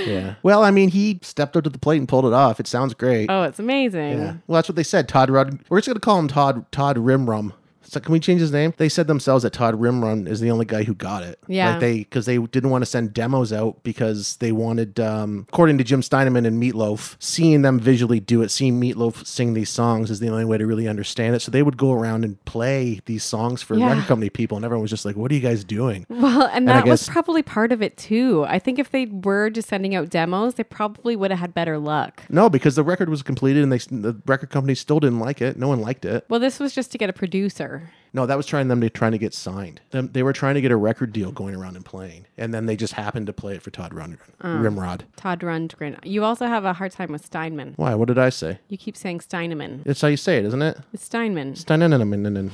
Speaker 2: yeah. Well, I mean, he stepped up to the plate and pulled it off. It sounds great.
Speaker 3: oh, it's amazing.
Speaker 2: Yeah. Well, that's what they said. Todd Rod. We're just gonna call him Todd Todd Rimrum. So can we change his name? They said themselves that Todd Rimrum is the only guy who got it.
Speaker 3: Yeah.
Speaker 2: Like they because they didn't want to send demos out because they wanted, um, according to Jim Steinman and Meatloaf, seeing them visually do it, seeing Meatloaf sing these songs is the only way to really understand it. So they would go around and play these songs for
Speaker 3: Yeah.
Speaker 2: record company people, and everyone was just like, "What are you guys doing?"
Speaker 3: Well, and
Speaker 2: I
Speaker 3: that was
Speaker 2: guess-
Speaker 3: probably part of it too. I think if they were just sending out demos, they probably would have had better luck.
Speaker 2: No, because the record was completed and they the record company still didn't like it. No one liked it.
Speaker 3: Well, this was just to get a producer.
Speaker 2: No, that was trying them to trying to get signed. Them, they were trying to get a record deal going around and playing, and then they just happened to play it for Todd Rundgren, Rimrod.
Speaker 3: Todd Rundgren. You also have a hard time with Steinman.
Speaker 2: Why? What did I say?
Speaker 3: You keep saying Steineman.
Speaker 2: It's how you say it, isn't it?
Speaker 3: It's Steinman.
Speaker 2: Dun-dun-dun-dun-dun-dun.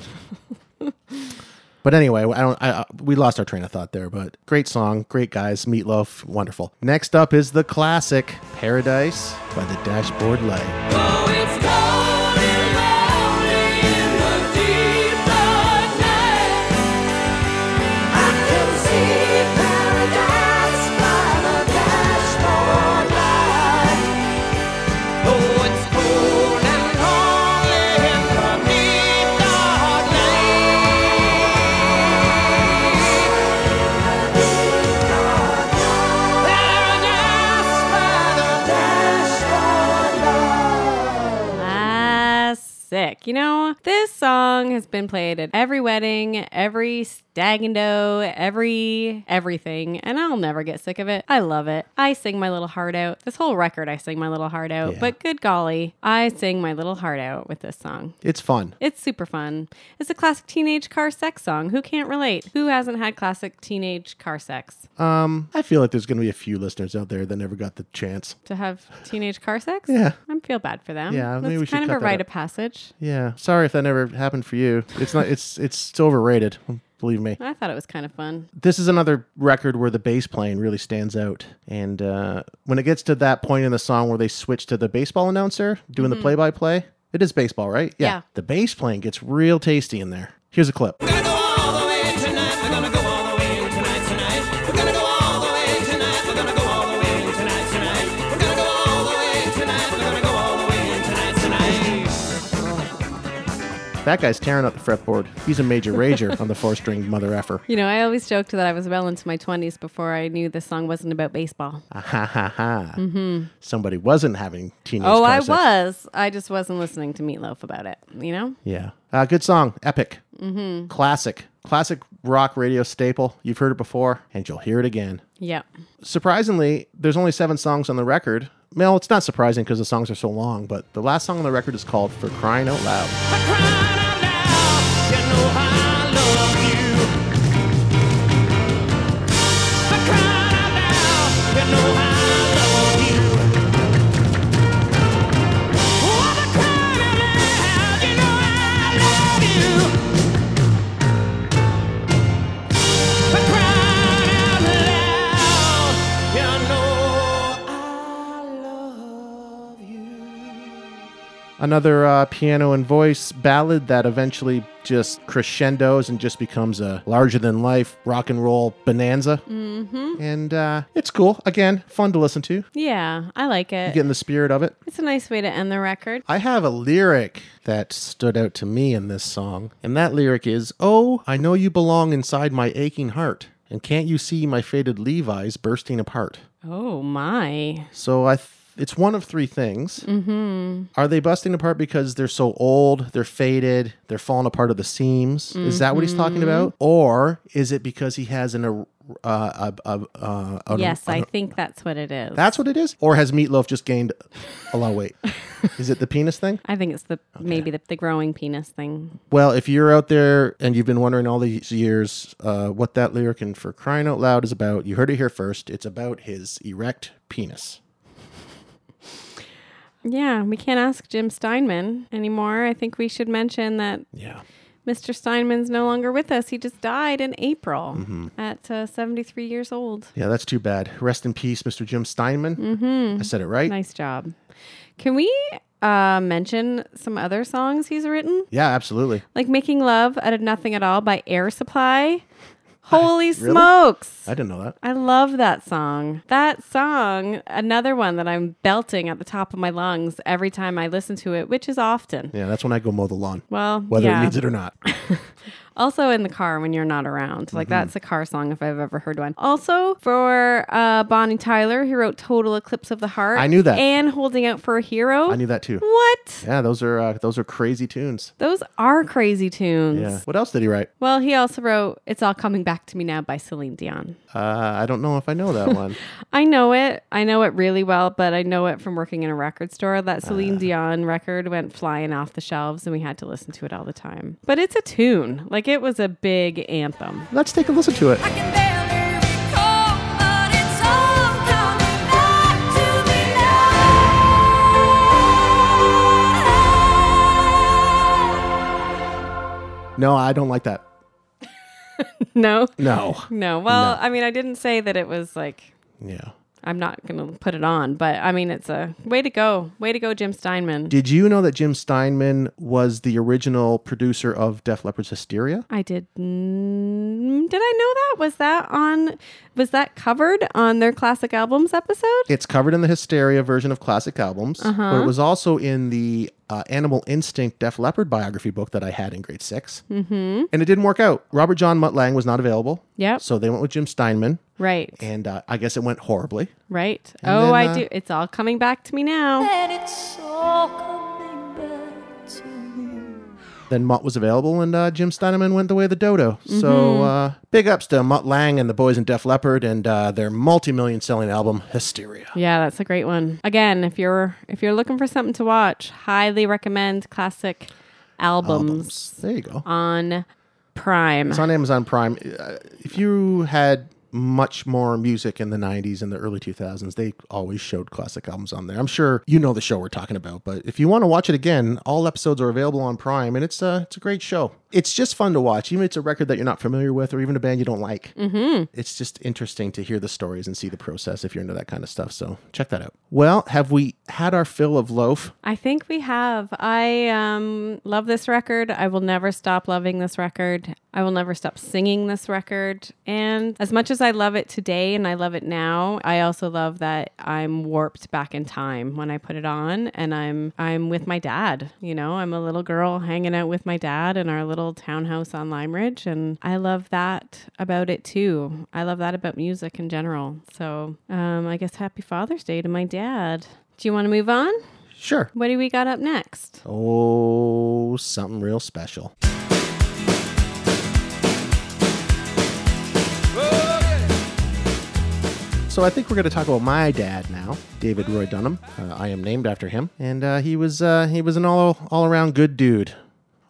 Speaker 2: But anyway, I don't. I, I, we lost our train of thought there, but great song, great guys, Meatloaf, wonderful. Next up is the classic "Paradise" by the Dashboard Light.
Speaker 4: Oh, Oh,
Speaker 3: Classic. You know, this song has been played at every wedding, every stag and do, every everything, and I'll never get sick of it. I love it. I sing my little heart out. This whole record, I sing my little heart out.
Speaker 2: Yeah.
Speaker 3: But good golly, I sing my little heart out with this song.
Speaker 2: It's fun.
Speaker 3: It's super fun. It's a classic teenage car sex song. Who can't relate? Who hasn't had classic teenage car sex?
Speaker 2: Um, I feel like there's going to be a few listeners out there that never got the chance.
Speaker 3: To have teenage car sex?
Speaker 2: Yeah.
Speaker 3: I feel bad for them.
Speaker 2: Yeah, maybe
Speaker 3: That's
Speaker 2: we should
Speaker 3: kind of
Speaker 2: cut
Speaker 3: a
Speaker 2: that
Speaker 3: rite
Speaker 2: out.
Speaker 3: of passage.
Speaker 2: Yeah, sorry if that never happened for you. It's not. It's it's it's overrated. Believe me.
Speaker 3: I thought it was kind of fun.
Speaker 2: This is another record where the bass playing really stands out. And uh, when it gets to that point in the song where they switch to the baseball announcer doing the play-by-play, it is baseball, right?
Speaker 3: Yeah.
Speaker 2: The bass playing gets real tasty in there. Here's a clip. That guy's tearing up the fretboard. He's a major rager on the four-string mother effer.
Speaker 3: You know, I always joked that I was well into my 20s before I knew this song wasn't about baseball.
Speaker 2: Ha ha ha. Somebody wasn't having teenage.
Speaker 3: Mm-hmm. oh,
Speaker 2: car
Speaker 3: I
Speaker 2: sex.
Speaker 3: was. I just wasn't listening to Meatloaf about it, you know?
Speaker 2: Yeah. Uh, good song. Epic.
Speaker 3: Mm-hmm.
Speaker 2: Classic. Classic rock radio staple. You've heard it before, and you'll hear it again.
Speaker 3: Yeah.
Speaker 2: Surprisingly, there's only seven songs on the record. Well, it's not surprising because the songs are so long, but the last song on the record is called For Crying Out Loud. Another uh, piano and voice ballad that eventually just crescendos and just becomes a larger than life rock and roll bonanza. Mm-hmm. And uh, it's cool. Again, fun to listen to. You
Speaker 3: Yeah, I like it.
Speaker 2: get in the spirit of it.
Speaker 3: It's a nice way to end the record.
Speaker 2: I have a lyric that stood out to me in this song, and that lyric is Oh, I know you belong inside my aching heart, and can't you see my faded Levi's bursting apart?
Speaker 3: Oh, my.
Speaker 2: So I. Th- it's one of three things. Mm-hmm. Are they busting apart because they're so old, they're faded, they're falling apart at the seams? Is that what he's
Speaker 3: Mm-hmm.
Speaker 2: talking about, or is it because he has an er- uh, a, a, a, an-
Speaker 3: Yes,
Speaker 2: an-
Speaker 3: I think that's what it is.
Speaker 2: that's what it is, or has Meatloaf just gained a lot of weight? is it the penis thing?
Speaker 3: I think it's the maybe the, the growing penis thing.
Speaker 2: Well, if you're out there and you've been wondering all these years uh, what that lyric in For Crying Out Loud is about, you heard it here first. It's about his erect penis.
Speaker 3: Yeah, we can't ask Jim Steinman anymore. I think we should mention that
Speaker 2: Yeah.
Speaker 3: Mr. Steinman's no longer with us. He just died in April at uh, 73 years old.
Speaker 2: Yeah, that's too bad. Rest in peace, Mr. Jim Steinman. Mm-hmm. I said it right.
Speaker 3: Nice job. Can we uh, mention some other songs he's written?
Speaker 2: Yeah, absolutely.
Speaker 3: Like Making Love Out of Nothing at All by Air Supply. Holy
Speaker 2: Really?
Speaker 3: smokes!
Speaker 2: I didn't know that.
Speaker 3: I love that song. That song, another one that I'm belting at the top of my lungs every time I listen to it, which is often.
Speaker 2: Yeah, that's when I go mow the lawn,
Speaker 3: Well,
Speaker 2: whether
Speaker 3: yeah.
Speaker 2: it needs it or not.
Speaker 3: Also in the car when you're not around.
Speaker 2: Mm-hmm.
Speaker 3: Like that's a car song if I've ever heard one. Also for uh, Bonnie Tyler, who wrote "Total Eclipse of the Heart."
Speaker 2: I knew that.
Speaker 3: And "Holding Out for a Hero."
Speaker 2: I knew that too.
Speaker 3: What?
Speaker 2: Yeah, those are uh, those are crazy tunes.
Speaker 3: Those are crazy tunes.
Speaker 2: Yeah. What else did he write?
Speaker 3: Well, he also wrote "It's All Coming Back to Me Now" by Celine Dion.
Speaker 2: Uh, I don't know if I know that one.
Speaker 3: I know it. I know it really well, but I know it from working in a record store. That
Speaker 2: Ah.
Speaker 3: Celine Dion record went flying off the shelves, and we had to listen to it all the time. But it's a tune. Like it was a big anthem.
Speaker 2: Let's take a listen to it.
Speaker 7: I can barely recall, but it's all coming back to me now.
Speaker 2: No, I don't like that.
Speaker 3: No.
Speaker 2: No.
Speaker 3: No. Well, I mean, I didn't say that it was like
Speaker 2: Yeah.
Speaker 3: I'm not going to put it on, but I mean, it's a way to go. Way to go, Jim Steinman.
Speaker 2: Did you know that Jim Steinman was the original producer of Def Leppard's Hysteria?
Speaker 3: I did. Mm, did I know that? Was that on? Was that covered on their classic albums episode?
Speaker 2: It's covered in the Hysteria version of classic albums, but it was also in the uh, Animal Instinct Def Leppard biography book that I had in grade 6 Mm-hmm. And it didn't work out. Robert John Mutt-Lang was not available.
Speaker 3: Yep.
Speaker 2: So they went with Jim Steinman,
Speaker 3: Right.
Speaker 2: and uh, I guess it went horribly.
Speaker 3: right. Oh,
Speaker 2: then,
Speaker 3: I
Speaker 2: uh,
Speaker 3: do. It's all coming back to me now.
Speaker 7: And it's all coming back to me.
Speaker 2: Then Mutt was available, and uh, Jim Steinman went the way of the dodo. So uh, big ups to Mutt Lang and the boys in Def Leppard and uh, their multi-million selling album, Hysteria.
Speaker 3: Yeah, that's a great one. Again, if you're if you're looking for something to watch, highly recommend classic albums,
Speaker 2: There you go.
Speaker 3: on Prime.
Speaker 2: It's on Amazon Prime. Uh, If you had much more music in the 90s and the early 2000s, they always showed classic albums on there. I'm sure you know the show we're talking about, but if you want to watch it again, all episodes are available on Prime and it's a, it's a great show. It's just fun to watch, even if it's a record that you're not familiar with or even a band you don't like. Mm-hmm. It's just interesting to hear the stories and see the process if you're into that kind of stuff. So check that out. Well, have we had our fill of loaf?
Speaker 3: I think we have. I um, love this record. I will never stop loving this record. I will never stop singing this record. And as much as I love it today and I love it now, I also love that I'm warped back in time when I put it on and I'm I'm with my dad. You know, I'm a little girl hanging out with my dad in our little townhouse on Lime Ridge and I love that about it too. I love that about music in general. So um, I guess happy Father's Day to my dad. Do you want to move on?
Speaker 2: Sure.
Speaker 3: What do we got up next?
Speaker 2: Oh, something real special. So I think we're going to talk about my dad now, David Roy Dunham. Uh, I am named after him, and uh, he was uh, he was an all all around good dude.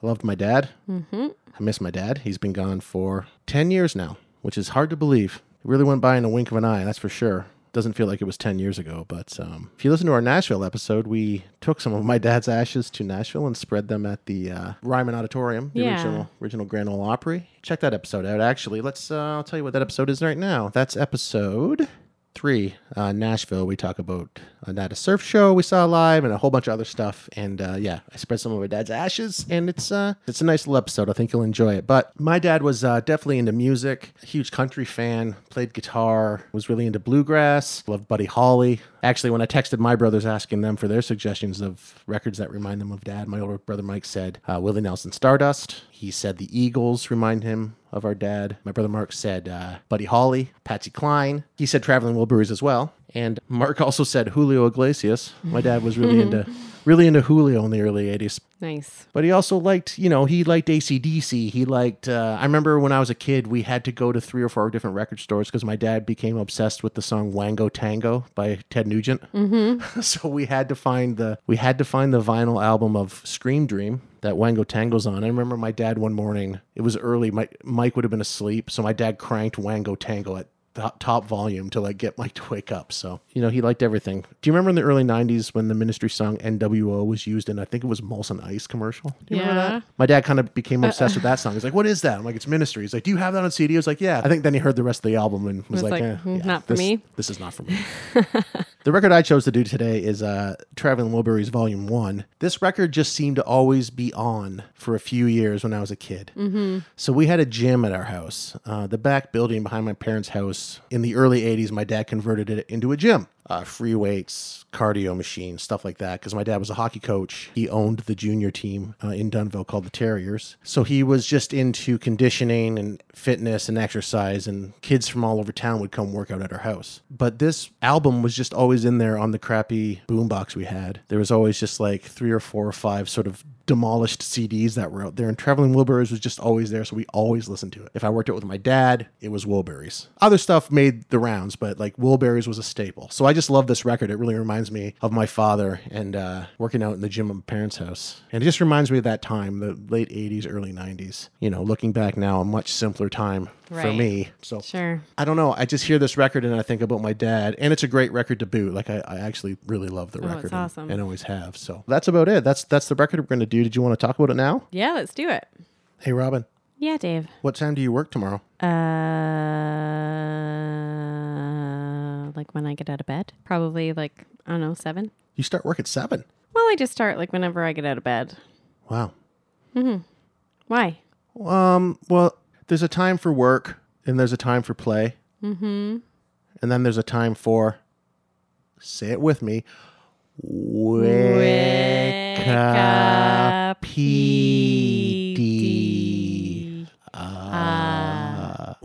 Speaker 2: I loved my dad. Mm-hmm. I miss my dad. He's been gone for ten years now, which is hard to believe. It really went by in a wink of an eye, that's for sure. Doesn't feel like it was ten years ago, but um, if you listen to our Nashville episode, we took some of my dad's ashes to Nashville and spread them at the uh, Ryman Auditorium, the
Speaker 3: Yeah.
Speaker 2: original original Grand Ole Opry. Check that episode out. Actually, let's uh, I'll tell you what that episode is right now. That's episode three, uh, Nashville. We talk about uh, that a surf show we saw live and a whole bunch of other stuff. And uh, yeah, I spread some of my dad's ashes, and it's uh, it's a nice little episode. I think you'll enjoy it. But my dad was uh, definitely into music. A huge country fan. Played guitar. Was really into bluegrass. Loved Buddy Holly. Actually, when I texted my brothers asking them for their suggestions of records that remind them of dad, my older brother Mike said uh, Willie Nelson Stardust. He said the Eagles remind him of our dad. My brother Mark said uh, Buddy Holly, Patsy Cline. He said Traveling Wilburys as well. And Mark also said Julio Iglesias. My dad was really into really into Julio in the early 80s.
Speaker 3: Nice.
Speaker 2: But he also liked, you know, he liked ACDC. He liked, uh, I remember when I was a kid, we had to go to three or four different record stores because my dad became obsessed with the song Wango Tango by Ted Nugent. Mm-hmm. so we had to find the, we had to find the vinyl album of Scream Dream that Wango Tango's on. I remember my dad one morning, it was early, my, Mike would have been asleep. So my dad cranked Wango Tango at the top volume to like get Mike to wake up. So, you know, he liked everything. Do you remember in the early 90s when the ministry song NWO was used in, I think it was Molson Ice commercial? Do you remember
Speaker 3: Yeah.
Speaker 2: that? My dad kind of became
Speaker 3: Uh,
Speaker 2: obsessed with that song. He's like, what is that? I'm like, it's ministry. He's like, do you have that on CD? I was like, yeah. I think then he heard the rest of the album and was,
Speaker 3: Was
Speaker 2: like,
Speaker 3: like,
Speaker 2: eh,
Speaker 3: "Mm,
Speaker 2: yeah,
Speaker 3: not for
Speaker 2: this-
Speaker 3: me."
Speaker 2: This is not for me. The record I chose to do today is uh, Traveling Wilburys Volume 1. This record just seemed to always be on for a few years when I was a kid. Mm-hmm. So we had a gym at our house. Uh, the back building behind my parents' house in the early 80s, my dad converted it into a gym. Uh, free weights, cardio machine, stuff like that. Because my dad was a hockey coach. He owned the junior team uh, in Dunville called the Terriers. So he was just into conditioning and fitness and exercise, and kids from all over town would come work out at our house. But this album was just always in there on the crappy boombox we had. There was always just like three or four or five sort of demolished CDs that were out there, and Traveling Wilburys was just always there, so we always listened to it. If I worked out with my dad, it was Wilburys. Other stuff made the rounds, but like Wilburys was a staple. So I just love this record. It really reminds me of my father and uh, working out in the gym at my parents' house, and it just reminds me of that time, the late '80s, early '90s. You know, looking back now, a much simpler time for
Speaker 3: Right.
Speaker 2: me. So
Speaker 3: Sure.
Speaker 2: I don't know. I just hear this record and I think about my dad, and it's a great record to boot. Like I, I actually really love the
Speaker 3: Oh, it's
Speaker 2: record and-
Speaker 3: awesome.
Speaker 2: and always have. So that's about it. That's that's the record we're going to do. Did you want to talk about it now?
Speaker 3: Yeah, let's do it.
Speaker 2: Hey, Robin,
Speaker 3: Yeah, Dave.
Speaker 2: what time do you work tomorrow?
Speaker 3: Uh, like when I get out of bed, probably like I don't know seven.
Speaker 2: You start work at seven.
Speaker 3: Well, I just start like whenever I get out of bed.
Speaker 2: Wow.
Speaker 3: Why?
Speaker 2: Um. Well, there's a time for work and there's a time for play. Mm-hmm. And then there's a time for. Say it with me. Wake up,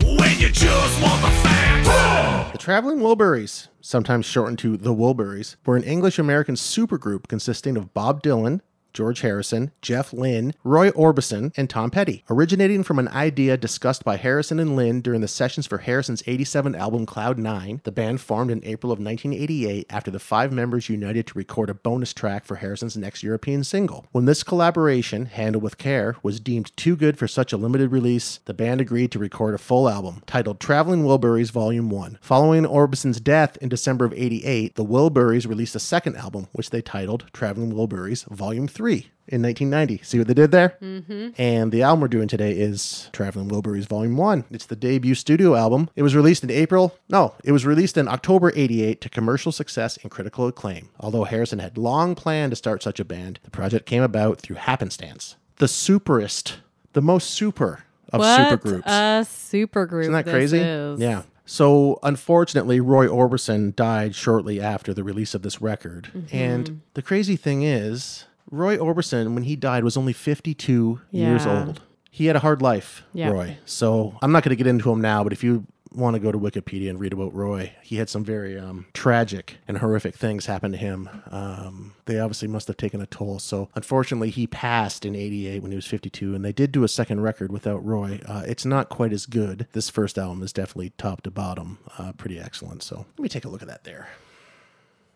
Speaker 6: When you just want the facts.
Speaker 2: The Traveling Wilburys, sometimes shortened to The Wilburys, were an English American supergroup consisting of Bob Dylan, George Harrison, Jeff Lynne, Roy Orbison, and Tom Petty, originating from an idea discussed by Harrison and Lynne during the sessions for Harrison's 87 album Cloud 9. The band formed in April of 1988 after the five members united to record a bonus track for Harrison's next European single. When this collaboration, Handled with Care, was deemed too good for such a limited release, the band agreed to record a full album titled Traveling Wilburys Volume 1. Following Orbison's death in December of 88, the Wilburys released a second album, which they titled Traveling Wilburys Volume 3. In 1990. See what they did there? Mm-hmm. And the album we're doing today is Traveling Wilburys Volume 1. It's the debut studio album. It was released in April. No, it was released in October 88 to commercial success and critical acclaim. Although Harrison had long planned to start such a band, the project came about through happenstance. The superest, the most super of supergroups.
Speaker 3: A super group.
Speaker 2: Isn't that crazy? Yeah. So unfortunately, Roy Orbison died shortly after the release of this record. And the crazy thing is, Roy Orbison, when he died, was only 52 years
Speaker 3: Yeah.
Speaker 2: old. He had a hard life,
Speaker 3: Yeah.
Speaker 2: Roy. So I'm not going to get into him now, but if you want to go to Wikipedia and read about Roy, he had some very um, tragic and horrific things happen to him. Um, they obviously must have taken a toll. So unfortunately, he passed in 88 when he was 52, and they did do a second record without Roy. Uh, it's not quite as good. This first album is definitely top to bottom uh, pretty excellent. So let me take a look at that there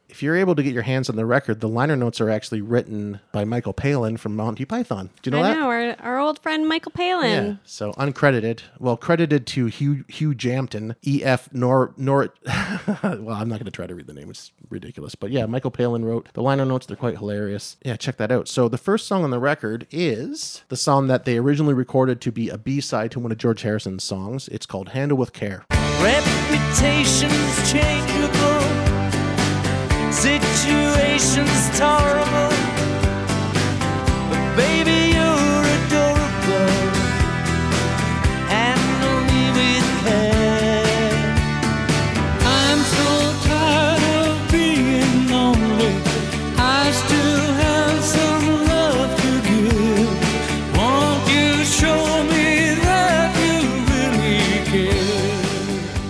Speaker 2: if you're able to get your hands on the record, the liner notes are actually written by Michael Palin from Monty Python. Do you know
Speaker 3: I
Speaker 2: that?
Speaker 3: know our, our old friend Michael Palin.
Speaker 2: Yeah. So uncredited. Well, credited to Hugh Hugh Jampton, E.F. Nor Nor. well, I'm not going to try to read the name. It's ridiculous. But yeah, Michael Palin wrote the liner notes. They're quite hilarious. Yeah, check that out. So the first song on the record is the song that they originally recorded to be a B-side to one of George Harrison's songs. It's called "Handle with Care."
Speaker 8: Reputations changeable, situations tolerable. But baby, you're adorable. Handle me with care. I'm so tired of being lonely. I still have some love to give. Won't you show me that you really care?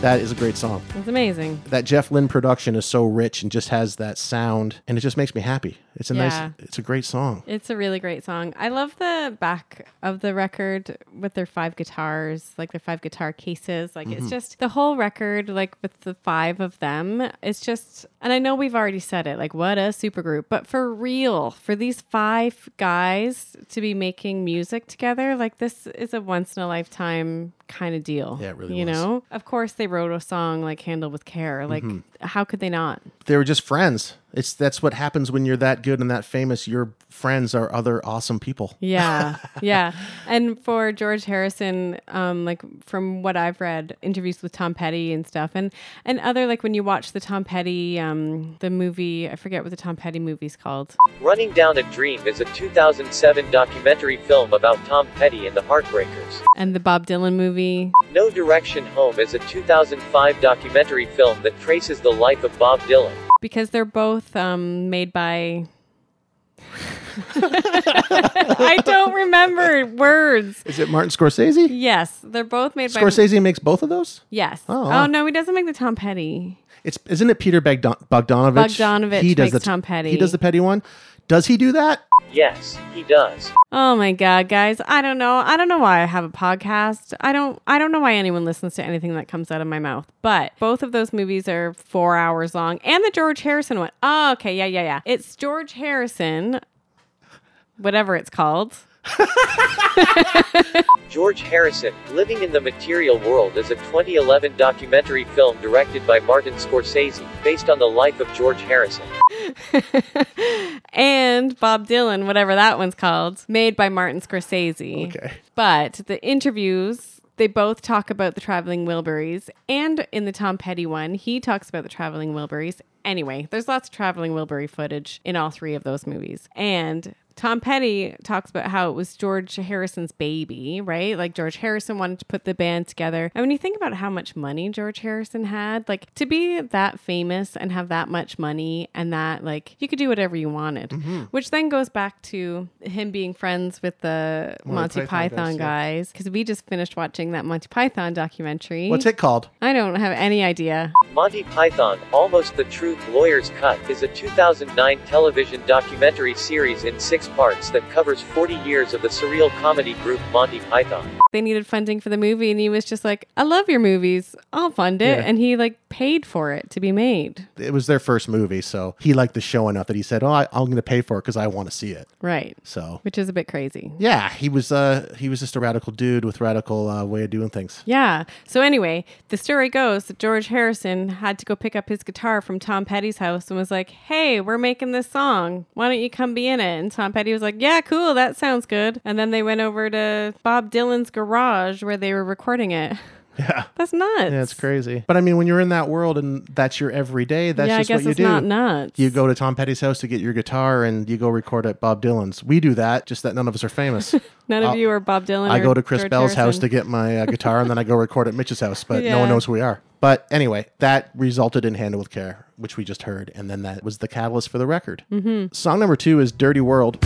Speaker 2: That is a great song.
Speaker 3: It's amazing.
Speaker 2: that Jeff Lynne production is so rich and just has that sound, and it just makes me happy. It's a
Speaker 3: Yeah.
Speaker 2: nice, it's a great song.
Speaker 3: It's a really great song. I love the back of the record with their five guitars, like their
Speaker 2: Mm-hmm.
Speaker 3: five guitar cases. Like it's just the whole record, like with the five of them. It's just And I know we've already said it, like what a supergroup, but for real, for these five guys to be making music together, like this is a once in a lifetime kind of deal.
Speaker 2: Yeah, it really
Speaker 3: You
Speaker 2: was.
Speaker 3: know, of course they wrote a song like "Handle with Care." Like,
Speaker 2: Mm-hmm.
Speaker 3: how could they not?
Speaker 2: They were just friends. It's that's what happens when you're that good and that famous. Your friends are other awesome people.
Speaker 3: Yeah, yeah. And for George Harrison, um, like from what I've read, interviews with Tom Petty and stuff, and and other like when you watch the Tom Petty, um, the movie, I forget what the Tom Petty movie's called.
Speaker 9: Running Down a Dream is a 2007 documentary film about Tom Petty and the Heartbreakers.
Speaker 3: and the Bob Dylan movie.
Speaker 9: No Direction Home is a 2005 documentary film that traces the life of Bob Dylan.
Speaker 3: because they're both um, made by. I don't remember words.
Speaker 2: Is it Martin Scorsese?
Speaker 3: Yes, they're both made by.
Speaker 2: Scorsese makes both of those.
Speaker 3: Yes.
Speaker 2: Oh,
Speaker 3: Oh,
Speaker 2: wow.
Speaker 3: no, he doesn't make the Tom Petty.
Speaker 2: It's isn't it Peter Bagdan- Bogdanovich?
Speaker 3: Bogdanovich makes
Speaker 2: the
Speaker 3: Tom Petty.
Speaker 2: He does the Petty one. Does he do that?
Speaker 9: Yes, he does.
Speaker 3: Oh my god, guys! I don't know. I don't know why I have a podcast. I don't. I don't know why anyone listens to anything that comes out of my mouth. But both of those movies are four hours long, and the George Harrison one. Oh, okay, yeah, yeah, yeah. It's George Harrison, whatever it's called.
Speaker 9: George Harrison, Living in the Material World is a 2011 documentary film directed by Martin Scorsese, based on the life of George Harrison.
Speaker 3: and Bob Dylan, whatever that one's called, made by Martin Scorsese.
Speaker 2: Okay.
Speaker 3: But the interviews, they both talk about the Traveling Wilburys. And in the Tom Petty one, he talks about the Traveling Wilburys. Anyway, there's lots of Traveling Wilbury footage in all three of those movies. And Tom Petty talks about how it was George Harrison's baby, right? Like George Harrison wanted to put the band together. And when you think about how much money George Harrison had, like to be that famous and have that much money and that like you could do whatever you wanted,
Speaker 2: Mm-hmm.
Speaker 3: which then goes back to him being friends with the Monty,
Speaker 2: Python guys, yeah.
Speaker 3: Python, guys because we just finished watching that Monty Python documentary.
Speaker 2: What's it called?
Speaker 3: I don't have any idea.
Speaker 9: Monty Python, Almost the Truth Lawyer's Cut, is a 2009 television documentary series in six parts that covers 40 years of the surreal comedy group Monty Python.
Speaker 3: They needed funding for the movie, and he was just like, "I love your movies. I'll fund it,"
Speaker 2: Yeah.
Speaker 3: and he like paid for it to be made.
Speaker 2: It was their first movie, so he liked the show enough that he said, "Oh, I, I'm going to pay for it because I want to see it."
Speaker 3: Right.
Speaker 2: So
Speaker 3: Which is a bit crazy.
Speaker 2: yeah, he was uh he was just a radical dude with radical uh, way of doing things.
Speaker 3: Yeah. So anyway, the story goes that George Harrison had to go pick up his guitar from Tom Petty's house and was like, "Hey, we're making this song. Why don't you come be in it?" And Tom Petty was like, "Yeah, cool. That sounds good." And then they went over to Bob Dylan's garage where they were recording it.
Speaker 2: Yeah.
Speaker 3: That's nuts.
Speaker 2: Yeah, it's crazy. But I mean, when you're in that world and that's your everyday, that's
Speaker 3: yeah,
Speaker 2: just
Speaker 3: I guess
Speaker 2: what you
Speaker 3: it's
Speaker 2: do.
Speaker 3: not nuts.
Speaker 2: You go to Tom Petty's house to get your guitar and you go record at Bob Dylan's. We do that, just that none of us are famous.
Speaker 3: None of
Speaker 2: I'll-
Speaker 3: you are Bob Dylan.
Speaker 2: I
Speaker 3: or
Speaker 2: go to Chris
Speaker 3: George
Speaker 2: Bell's house
Speaker 3: Harrison.
Speaker 2: to get my uh, guitar and then I go record at Mitch's house, but no one
Speaker 3: Yeah.
Speaker 2: knows who we are. But anyway, that resulted in Handle with Care, which we just heard. And then that was the catalyst for the record. Mm-hmm. Song number two is Dirty World.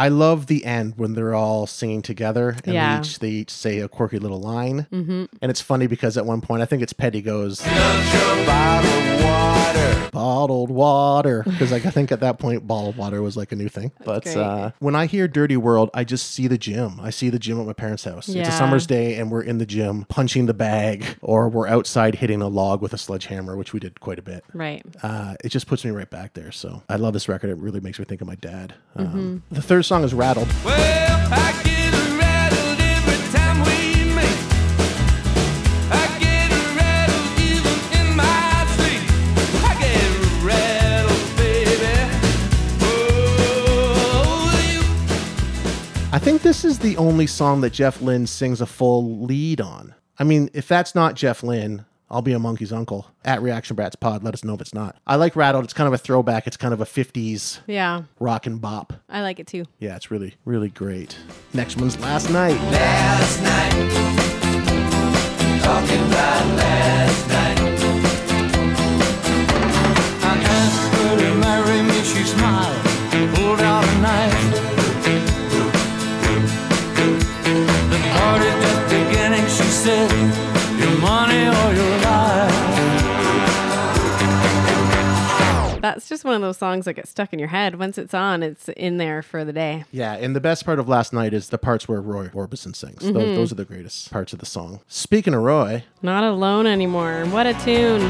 Speaker 2: I love the end when they're all singing together and
Speaker 3: Yeah.
Speaker 2: they, each, they each say a quirky little line. Mm-hmm. And it's funny because at one point, I think it's Petty goes, bottled water because like i think at that point bottled water was like a new thing but
Speaker 3: great.
Speaker 2: uh, when i hear dirty world i just see the gym i see the gym at my parents house it's a
Speaker 3: Yeah.
Speaker 2: summer's day and we're in the gym punching the bag or we're outside hitting a log with a sledgehammer which we did quite a bit
Speaker 3: Right.
Speaker 2: uh, it just puts me right back there so i love this record it really makes me think of my dad um,
Speaker 3: Mm-hmm.
Speaker 2: the third song is rattled
Speaker 8: Oh,
Speaker 2: i think this is the only song that jeff lynne sings a full lead on i mean if that's not jeff lynne I'll be a monkey's uncle at Reaction Brats Pod. Let us know if it's not. I like Rattled. It's kind of a throwback. It's kind of a 50s
Speaker 3: Yeah.
Speaker 2: rock and bop.
Speaker 3: I like it too.
Speaker 2: Yeah, it's really, really great. Next one's Last Night.
Speaker 8: I asked her to marry me, she smiled, pulled out a knife. The party just beginning, she said, Your money or your life.
Speaker 3: That's just one of those songs that gets stuck in your head. Once it's on, it's in there for the day.
Speaker 2: Yeah, and the best part of last night is the parts where Roy Orbison sings.
Speaker 3: Mm-hmm.
Speaker 2: Those, those are the greatest parts of the song. Speaking of Roy,
Speaker 3: Not alone anymore. What a tune.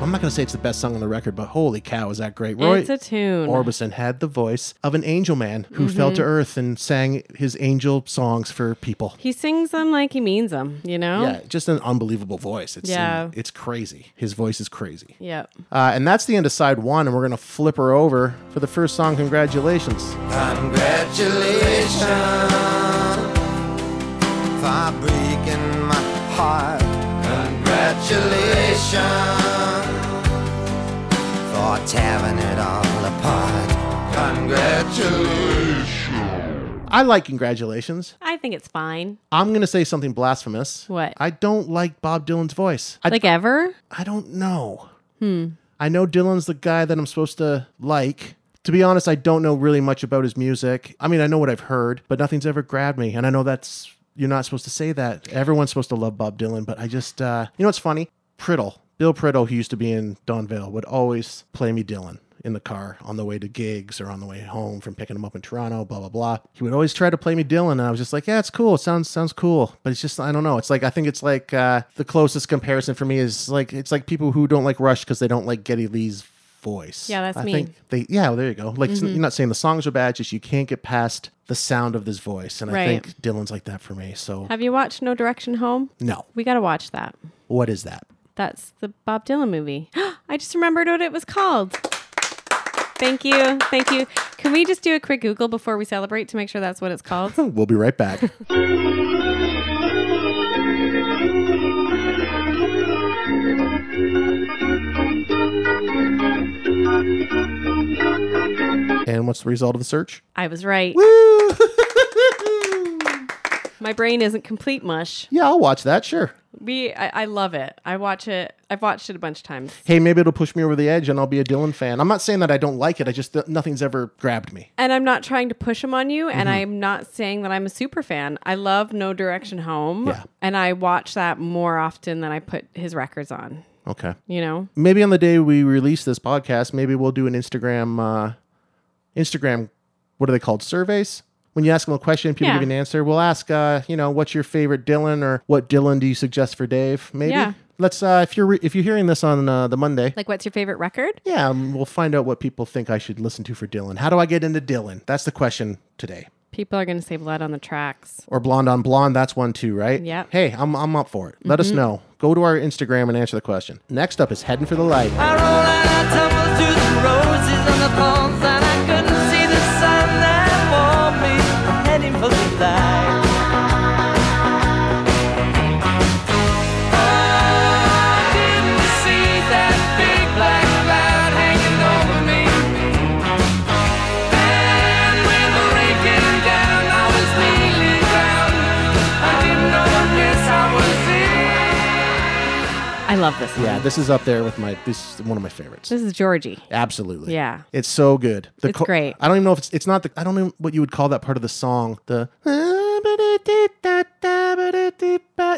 Speaker 2: I'm not going to say it's the best song on the record, but holy cow, is that great. Roy
Speaker 3: It's a tune.
Speaker 2: Orbison had the voice of an angel man who fell
Speaker 3: Mm-hmm.
Speaker 2: to earth and sang his angel songs for people.
Speaker 3: He sings them like he means them, you know?
Speaker 2: Yeah, just an unbelievable voice. It's um,
Speaker 3: Yeah.
Speaker 2: it's crazy. His voice is crazy.
Speaker 3: Yep.
Speaker 2: Uh, and that's the end of side one, and we're gonna flip her over for the first song. Congratulations.
Speaker 8: by breaking my heart. Congratulations for tearing it all apart.
Speaker 2: I like congratulations.
Speaker 3: I think it's fine.
Speaker 2: I'm gonna say something blasphemous.
Speaker 3: What?
Speaker 2: I don't like Bob Dylan's voice. I,
Speaker 3: like ever?
Speaker 2: I don't know. Hmm. I know Dylan's the guy that I'm supposed to like. To be honest, I don't know really much about his music. I mean, I know what I've heard, but nothing's ever grabbed me. And I know that's you're not supposed to say that. Everyone's supposed to love Bob Dylan, but I just uh you know what's funny? Priddle. Bill Priddle, who used to be in Donville, would always play me Dylan in the car on the way to gigs or on the way home from picking him up in Toronto, blah blah blah. He would always try to play me Dylan, and I was just like, yeah, it's cool, it sounds sounds cool, but it's just I don't know. It's like I think it's like uh, the closest comparison for me is like it's like people who don't like Rush because they don't like Geddy Lee's voice.
Speaker 3: Yeah, that's Mm-hmm.
Speaker 2: I
Speaker 3: me.
Speaker 2: Think they yeah, well, there you go. Like it's- you're not saying the songs are bad, just you can't get past the sound of this voice, and I
Speaker 3: Right.
Speaker 2: think Dylan's like that for me. So
Speaker 3: Have you watched No Direction Home?
Speaker 2: no,
Speaker 3: We got to watch that.
Speaker 2: what is that?
Speaker 3: That's the Bob Dylan movie. I just remembered what it was called. Thank you. Thank you. Can we just do a quick Google before we celebrate to make sure that's what it's called?
Speaker 2: We'll be right back. and what's the result of the search?
Speaker 3: I was right. My brain isn't complete mush.
Speaker 2: yeah, I'll watch that, sure.
Speaker 3: We, I, I love it. I watch it. I've watched it a bunch of times.
Speaker 2: Hey, maybe it'll push me over the edge and I'll be a Dylan fan. I'm not saying that I don't like it, I just, nothing's ever grabbed me.
Speaker 3: And I'm not trying to push them on you. And
Speaker 2: Mm-hmm.
Speaker 3: I'm not saying that I'm a super fan. I love No Direction Home.
Speaker 2: Yeah.
Speaker 3: And I watch that more often than I put his records on,
Speaker 2: Okay.
Speaker 3: you know?
Speaker 2: Maybe on the day we release this podcast, maybe we'll do an Instagram, uh, Instagram, what are they called? Surveys? When you ask them a question, people
Speaker 3: Yeah.
Speaker 2: give you an answer. We'll ask, uh, you know, what's your favorite Dylan or what Dylan do you suggest for Dave? Maybe.
Speaker 3: Yeah.
Speaker 2: Let's, uh, if you're, re- if you're hearing this on uh, the Monday,
Speaker 3: Like, what's your favorite record?
Speaker 2: yeah, um, we'll find out what people think I should listen to for Dylan. How do I get into Dylan? That's the question today.
Speaker 3: People are going to say Blood on the Tracks.
Speaker 2: Or Blonde on Blonde, that's one too, right?
Speaker 3: Yep.
Speaker 2: Hey, I'm, I'm up for it. Let
Speaker 3: Mm-hmm.
Speaker 2: us know. Go to our Instagram and answer the question. Next up is Heading for the Light.
Speaker 4: I roll and I tumble through the roses on the palms, and I couldn't see the sun that warmed me. I'm heading for the light. I didn't see that big black cloud hanging over me. And when the rain came down, I was kneeling down. I didn't know this, I was in.
Speaker 3: I love this one.
Speaker 2: Yeah, this is up there with my this is one of my favorites.
Speaker 3: This is Georgie.
Speaker 2: Absolutely.
Speaker 3: Yeah.
Speaker 2: It's so good. The
Speaker 3: It's great.
Speaker 2: I don't even know if it's it's not the I don't know what you would call that part of the song. The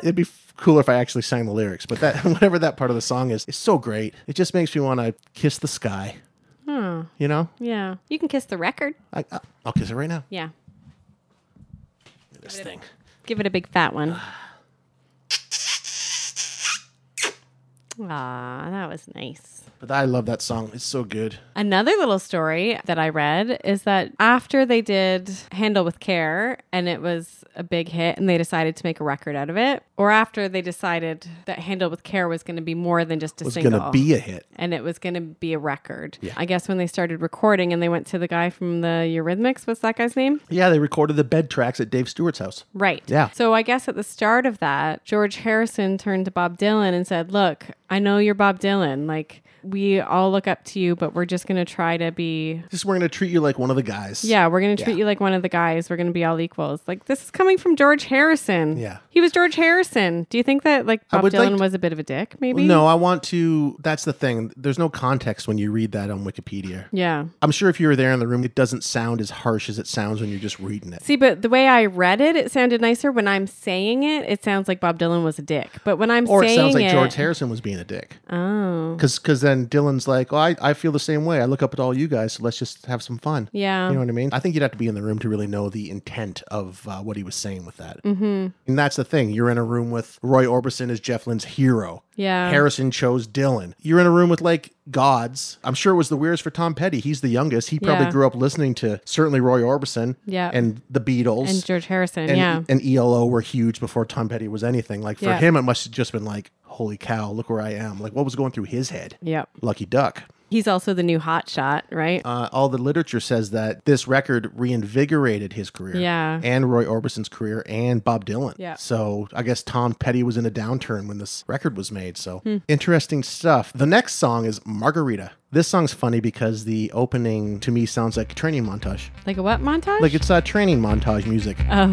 Speaker 2: It'd be f- cooler if I actually sang the lyrics, but that whatever that part of the song is, it's so great. It just makes me want to kiss the sky.
Speaker 3: Hmm.
Speaker 2: You know?
Speaker 3: Yeah. You can kiss the record.
Speaker 2: I, I- I'll kiss it right now.
Speaker 3: Yeah.
Speaker 2: This thing.
Speaker 3: Give it a big fat one. Ah, that was nice.
Speaker 2: But I love that song. It's so good.
Speaker 3: Another little story that I read is that after they did Handle with Care and it was a big hit and they decided to make a record out of it, or after they decided that Handle with Care was going to be more than just a
Speaker 2: It's
Speaker 3: single
Speaker 2: going to be a hit.
Speaker 3: and it was going to be a record. I guess when they started recording and they went to the guy from the Eurythmics, what's that guy's name?
Speaker 2: Yeah, they recorded the bed tracks at Dave Stewart's house.
Speaker 3: Right.
Speaker 2: Yeah.
Speaker 3: So I guess at the start of that, George Harrison turned to Bob Dylan and said, Look, I know you're Bob Dylan. Like, we all look up to you, but we're just going to try to be.
Speaker 2: Just we're gonna treat you like one of the guys.
Speaker 3: Yeah, we're going to treat you like one of the guys. We're going to be all equals. Like this is coming from George Harrison.
Speaker 2: Yeah.
Speaker 3: He was George Harrison. Do you think that like
Speaker 2: I
Speaker 3: Bob
Speaker 2: would
Speaker 3: Dylan
Speaker 2: like to-
Speaker 3: was a bit of a dick maybe?
Speaker 2: No, I want to. That's the thing. There's no context when you read that on Wikipedia.
Speaker 3: Yeah.
Speaker 2: I'm sure if you were there in the room, it doesn't sound as harsh as it sounds when you're just reading it.
Speaker 3: See, but the way I read it, it sounded nicer. When I'm saying it, it sounds like Bob Dylan was a dick. But when I'm
Speaker 2: Or
Speaker 3: saying
Speaker 2: it sounds like George
Speaker 3: it-
Speaker 2: Harrison was being a dick.
Speaker 3: Oh.
Speaker 2: Because then Dylan's like, oh, I, I feel the same way. I look up at all you guys, so let's just have some fun.
Speaker 3: Yeah.
Speaker 2: You know what I mean? I think you'd have to be in the room to really know the intent of uh, what he was saying with that. Mm-hmm. And that's the thing. You're in a room with Roy Orbison as Jeff Lynne's hero.
Speaker 3: Yeah.
Speaker 2: Harrison chose Dylan. You're in a room with like gods. I'm sure it was the weirdest for Tom Petty. He's the youngest. He probably
Speaker 3: Yeah.
Speaker 2: grew up listening to certainly Roy Orbison
Speaker 3: Yeah.
Speaker 2: and the Beatles.
Speaker 3: and George Harrison,
Speaker 2: and,
Speaker 3: yeah.
Speaker 2: and ELO were huge before Tom Petty was anything. Like for
Speaker 3: Yeah.
Speaker 2: him, it must have just been like, holy cow, look where I am. Like what was going through his head?
Speaker 3: yep.
Speaker 2: Lucky Duck.
Speaker 3: He's also the new hot shot, right?
Speaker 2: Uh, all the literature says that this record reinvigorated his career.
Speaker 3: Yeah.
Speaker 2: And Roy Orbison's career and Bob Dylan.
Speaker 3: Yeah.
Speaker 2: So I guess Tom Petty was in a downturn when this record was made. So
Speaker 3: Hmm.
Speaker 2: interesting stuff. The next song is Margarita. This song's funny because the opening to me sounds like a training montage.
Speaker 3: like a what montage?
Speaker 2: Like it's uh, training montage music.
Speaker 3: oh,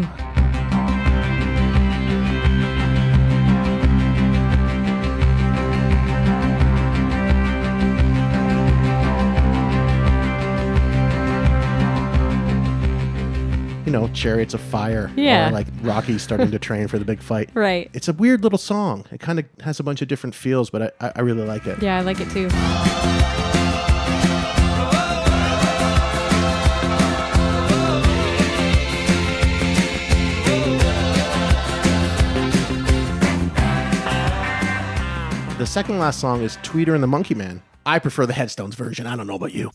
Speaker 2: you know, Chariots of Fire.
Speaker 3: Yeah.
Speaker 2: Or like Rocky starting to train for the big fight.
Speaker 3: right.
Speaker 2: It's a weird little song. It kind of has a bunch of different feels, but I- I, I really like it.
Speaker 3: yeah, I like it too.
Speaker 2: The second last song is Tweeter and the Monkey Man. I prefer the Headstones version. I don't know about you.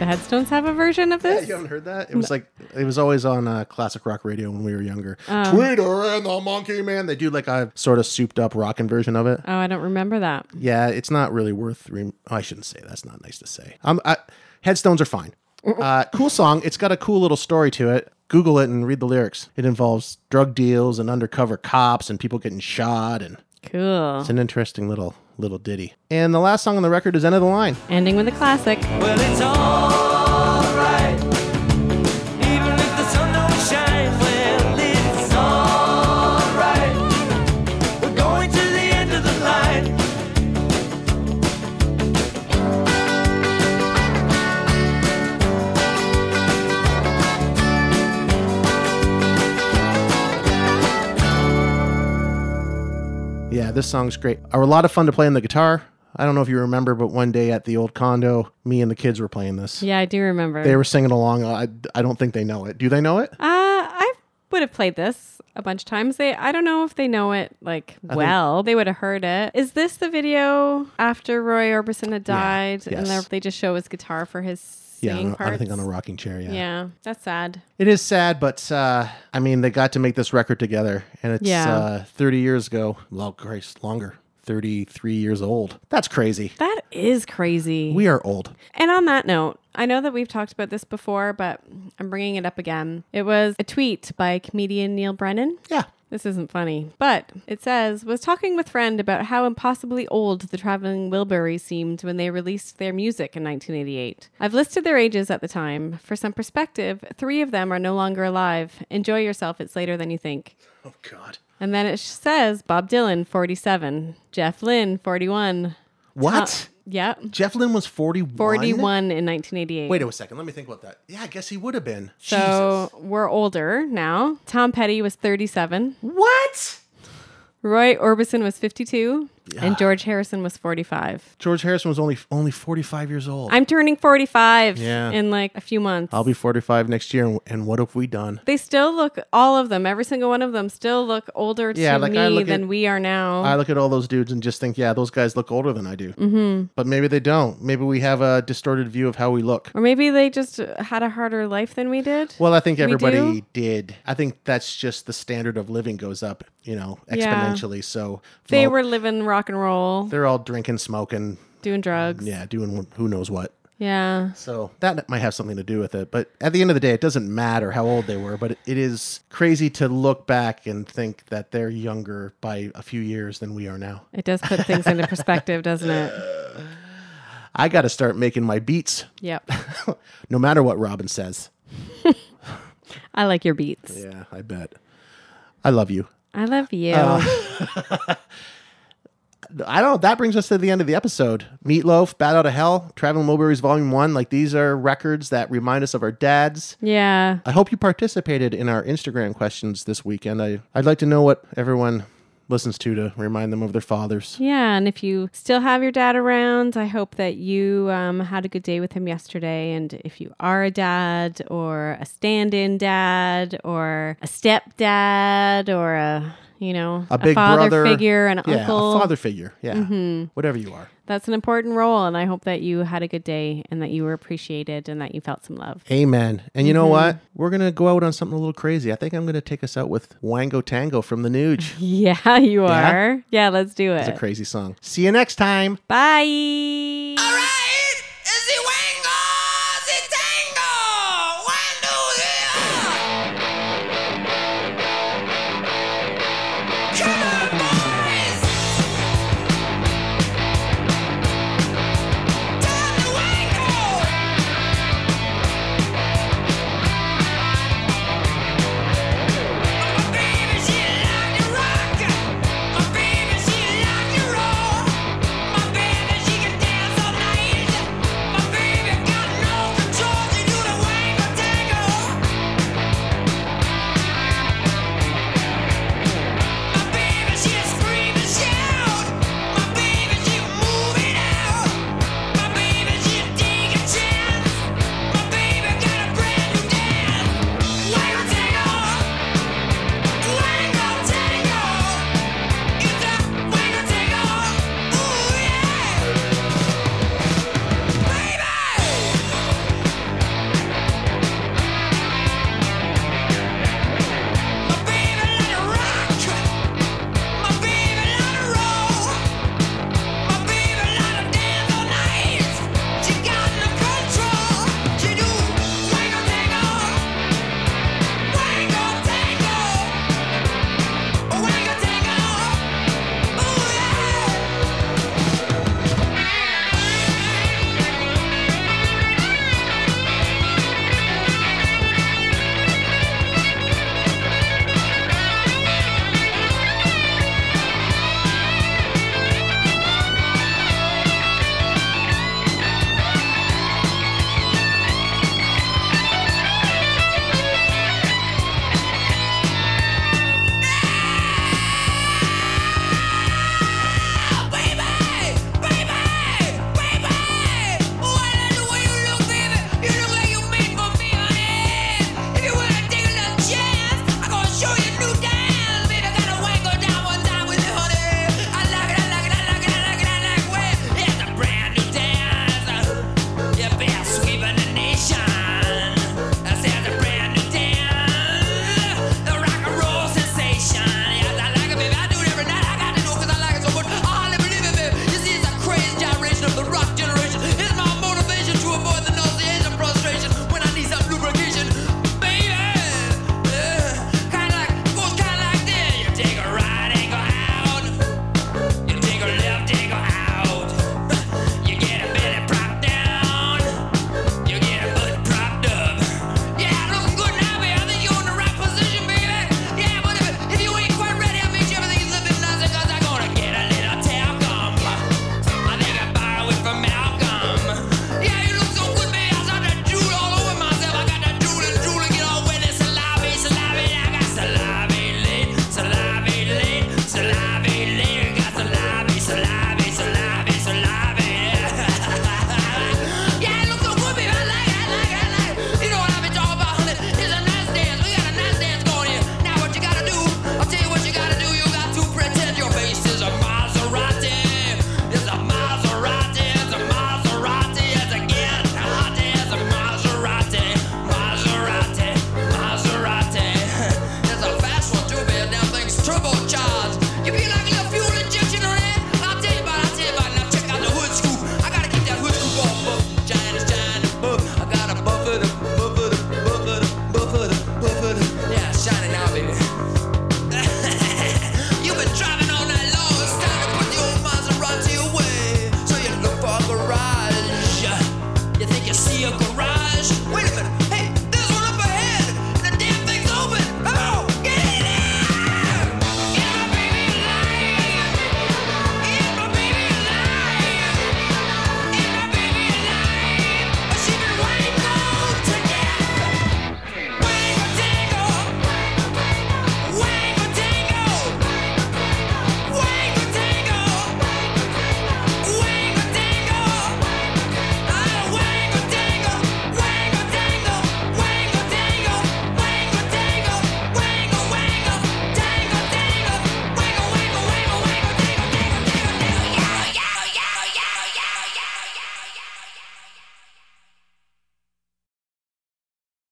Speaker 3: The Headstones have a version of
Speaker 2: Yeah,
Speaker 3: this.
Speaker 2: you haven't heard that? It was like it was always on uh, classic rock radio when we were younger. Tweeter and the Monkey Man. They do like a sort of souped up rockin' version of it.
Speaker 3: oh, I don't remember that.
Speaker 2: Yeah, it's not really worth. Re- oh, I shouldn't say that's not nice to say. Um, I, headstones are fine. Uh, cool song. It's got a cool little story to it. Google it and read the lyrics. It involves drug deals and undercover cops and people getting shot, and
Speaker 3: Cool.
Speaker 2: it's an interesting little little ditty. And the last song on the record is "End of the Line."
Speaker 3: Ending with a classic.
Speaker 1: Well, it's alright. Even if the sun don't shine, well, it's alright. We're going to the end of the line.
Speaker 2: Yeah, this song's great. Are a lot of fun to play on the guitar. I don't know if you remember, but one day at the old condo, me and the kids were playing this.
Speaker 3: Yeah, I do remember.
Speaker 2: They were singing along. I, I don't think they know it. Do they know it?
Speaker 3: Uh, I would have played this a bunch of times. They, I don't know if they know it like well. they would have heard it. Is this the video after Roy Orbison had died, and
Speaker 2: yes.
Speaker 3: they- they just show his guitar for his
Speaker 2: Yeah,
Speaker 3: singing
Speaker 2: on,
Speaker 3: parts?
Speaker 2: I think on a rocking chair.
Speaker 3: Yeah, that's sad.
Speaker 2: It is sad, but uh, I mean, they got to make this record together, and it's
Speaker 3: Yeah.
Speaker 2: uh, 30 years ago. Well, Christ, longer. 33 years old. That's crazy.
Speaker 3: That is crazy.
Speaker 2: We are old.
Speaker 3: And on that note, I know that we've talked about this before, but I'm bringing it up again. It was a tweet by comedian Neil Brennan.
Speaker 2: Yeah.
Speaker 3: This isn't funny, but it says was talking with friend about how impossibly old the Traveling Wilburys seemed when they released their music in 1988. I've listed their ages at the time. For some perspective, three of them are no longer alive. Enjoy yourself; it's later than you think.
Speaker 2: Oh, God.
Speaker 3: And then it says Bob Dylan, 47, Jeff Lynne, 41.
Speaker 2: What?
Speaker 3: Yep,
Speaker 2: Jeff Lynne was 41?
Speaker 3: 41 in 1988.
Speaker 2: Wait a second. Let me think about that. Yeah, I guess he would have been.
Speaker 3: So
Speaker 2: Jesus.
Speaker 3: we're older now. Tom Petty was 37.
Speaker 2: What?
Speaker 3: Roy Orbison was 52. And George Harrison was 45.
Speaker 2: George Harrison was only only 45 years old.
Speaker 3: I'm turning 45
Speaker 2: Yeah.
Speaker 3: in like a few months.
Speaker 2: I'll be 45 next year, and, and what have we done?
Speaker 3: they still look, all of them, every single one of them still look older
Speaker 2: Yeah,
Speaker 3: to
Speaker 2: like, I
Speaker 3: me
Speaker 2: look
Speaker 3: than
Speaker 2: at-
Speaker 3: we are now.
Speaker 2: I look at all those dudes and just think, yeah, those guys look older than I do. Mm-hmm. But maybe they don't. Maybe we have a distorted view of how we look.
Speaker 3: or maybe they just had a harder life than we did.
Speaker 2: Well, I think
Speaker 3: We
Speaker 2: everybody
Speaker 3: do?
Speaker 2: did. I think that's just the standard of living goes up. you know,
Speaker 3: Yeah.
Speaker 2: exponentially. So
Speaker 3: They
Speaker 2: well,
Speaker 3: were living rock and roll,
Speaker 2: they're all drinking, smoking,
Speaker 3: doing drugs.
Speaker 2: yeah, doing who knows what.
Speaker 3: Yeah.
Speaker 2: So that might have something to do with it. But at the end of the day, it doesn't matter how old they were, but it is crazy to look back and think that they're younger by a few years than we are now.
Speaker 3: It does put things into perspective, doesn't it?
Speaker 2: I got to start making my beats
Speaker 3: Yep.
Speaker 2: no matter what Robin says.
Speaker 3: I like your beats.
Speaker 2: Yeah, I bet. I love you.
Speaker 3: I love you.
Speaker 2: Uh, I don't. That brings us to the end of the episode. Meatloaf, Bad Out of Hell, Traveling Mulberries Volume One. Like these are records that remind us of our dads.
Speaker 3: yeah.
Speaker 2: I hope you participated in our Instagram questions this weekend. I I'd like to know what everyone listens to to remind them of their fathers.
Speaker 3: Yeah, and if you still have your dad around, I hope that you um, had a good day with him yesterday. And if you are a dad, or a stand-in dad, or a stepdad, or a you know
Speaker 2: A big
Speaker 3: father
Speaker 2: brother
Speaker 3: figure, an
Speaker 2: yeah,
Speaker 3: uncle, Mm-hmm.
Speaker 2: a father figure, yeah, whatever you are.
Speaker 3: that's an important role. And I hope that you had a good day, and that you were appreciated, and that you felt some love.
Speaker 2: Amen. And you know
Speaker 3: Mm-hmm.
Speaker 2: what? We're gonna go out on something a little crazy. I think I'm gonna take us out with Wango Tango from the Nuge.
Speaker 3: Yeah, you
Speaker 2: Yeah?
Speaker 3: are. Yeah, let's do
Speaker 2: It's a
Speaker 3: it.
Speaker 2: crazy song. See you next time.
Speaker 3: Bye.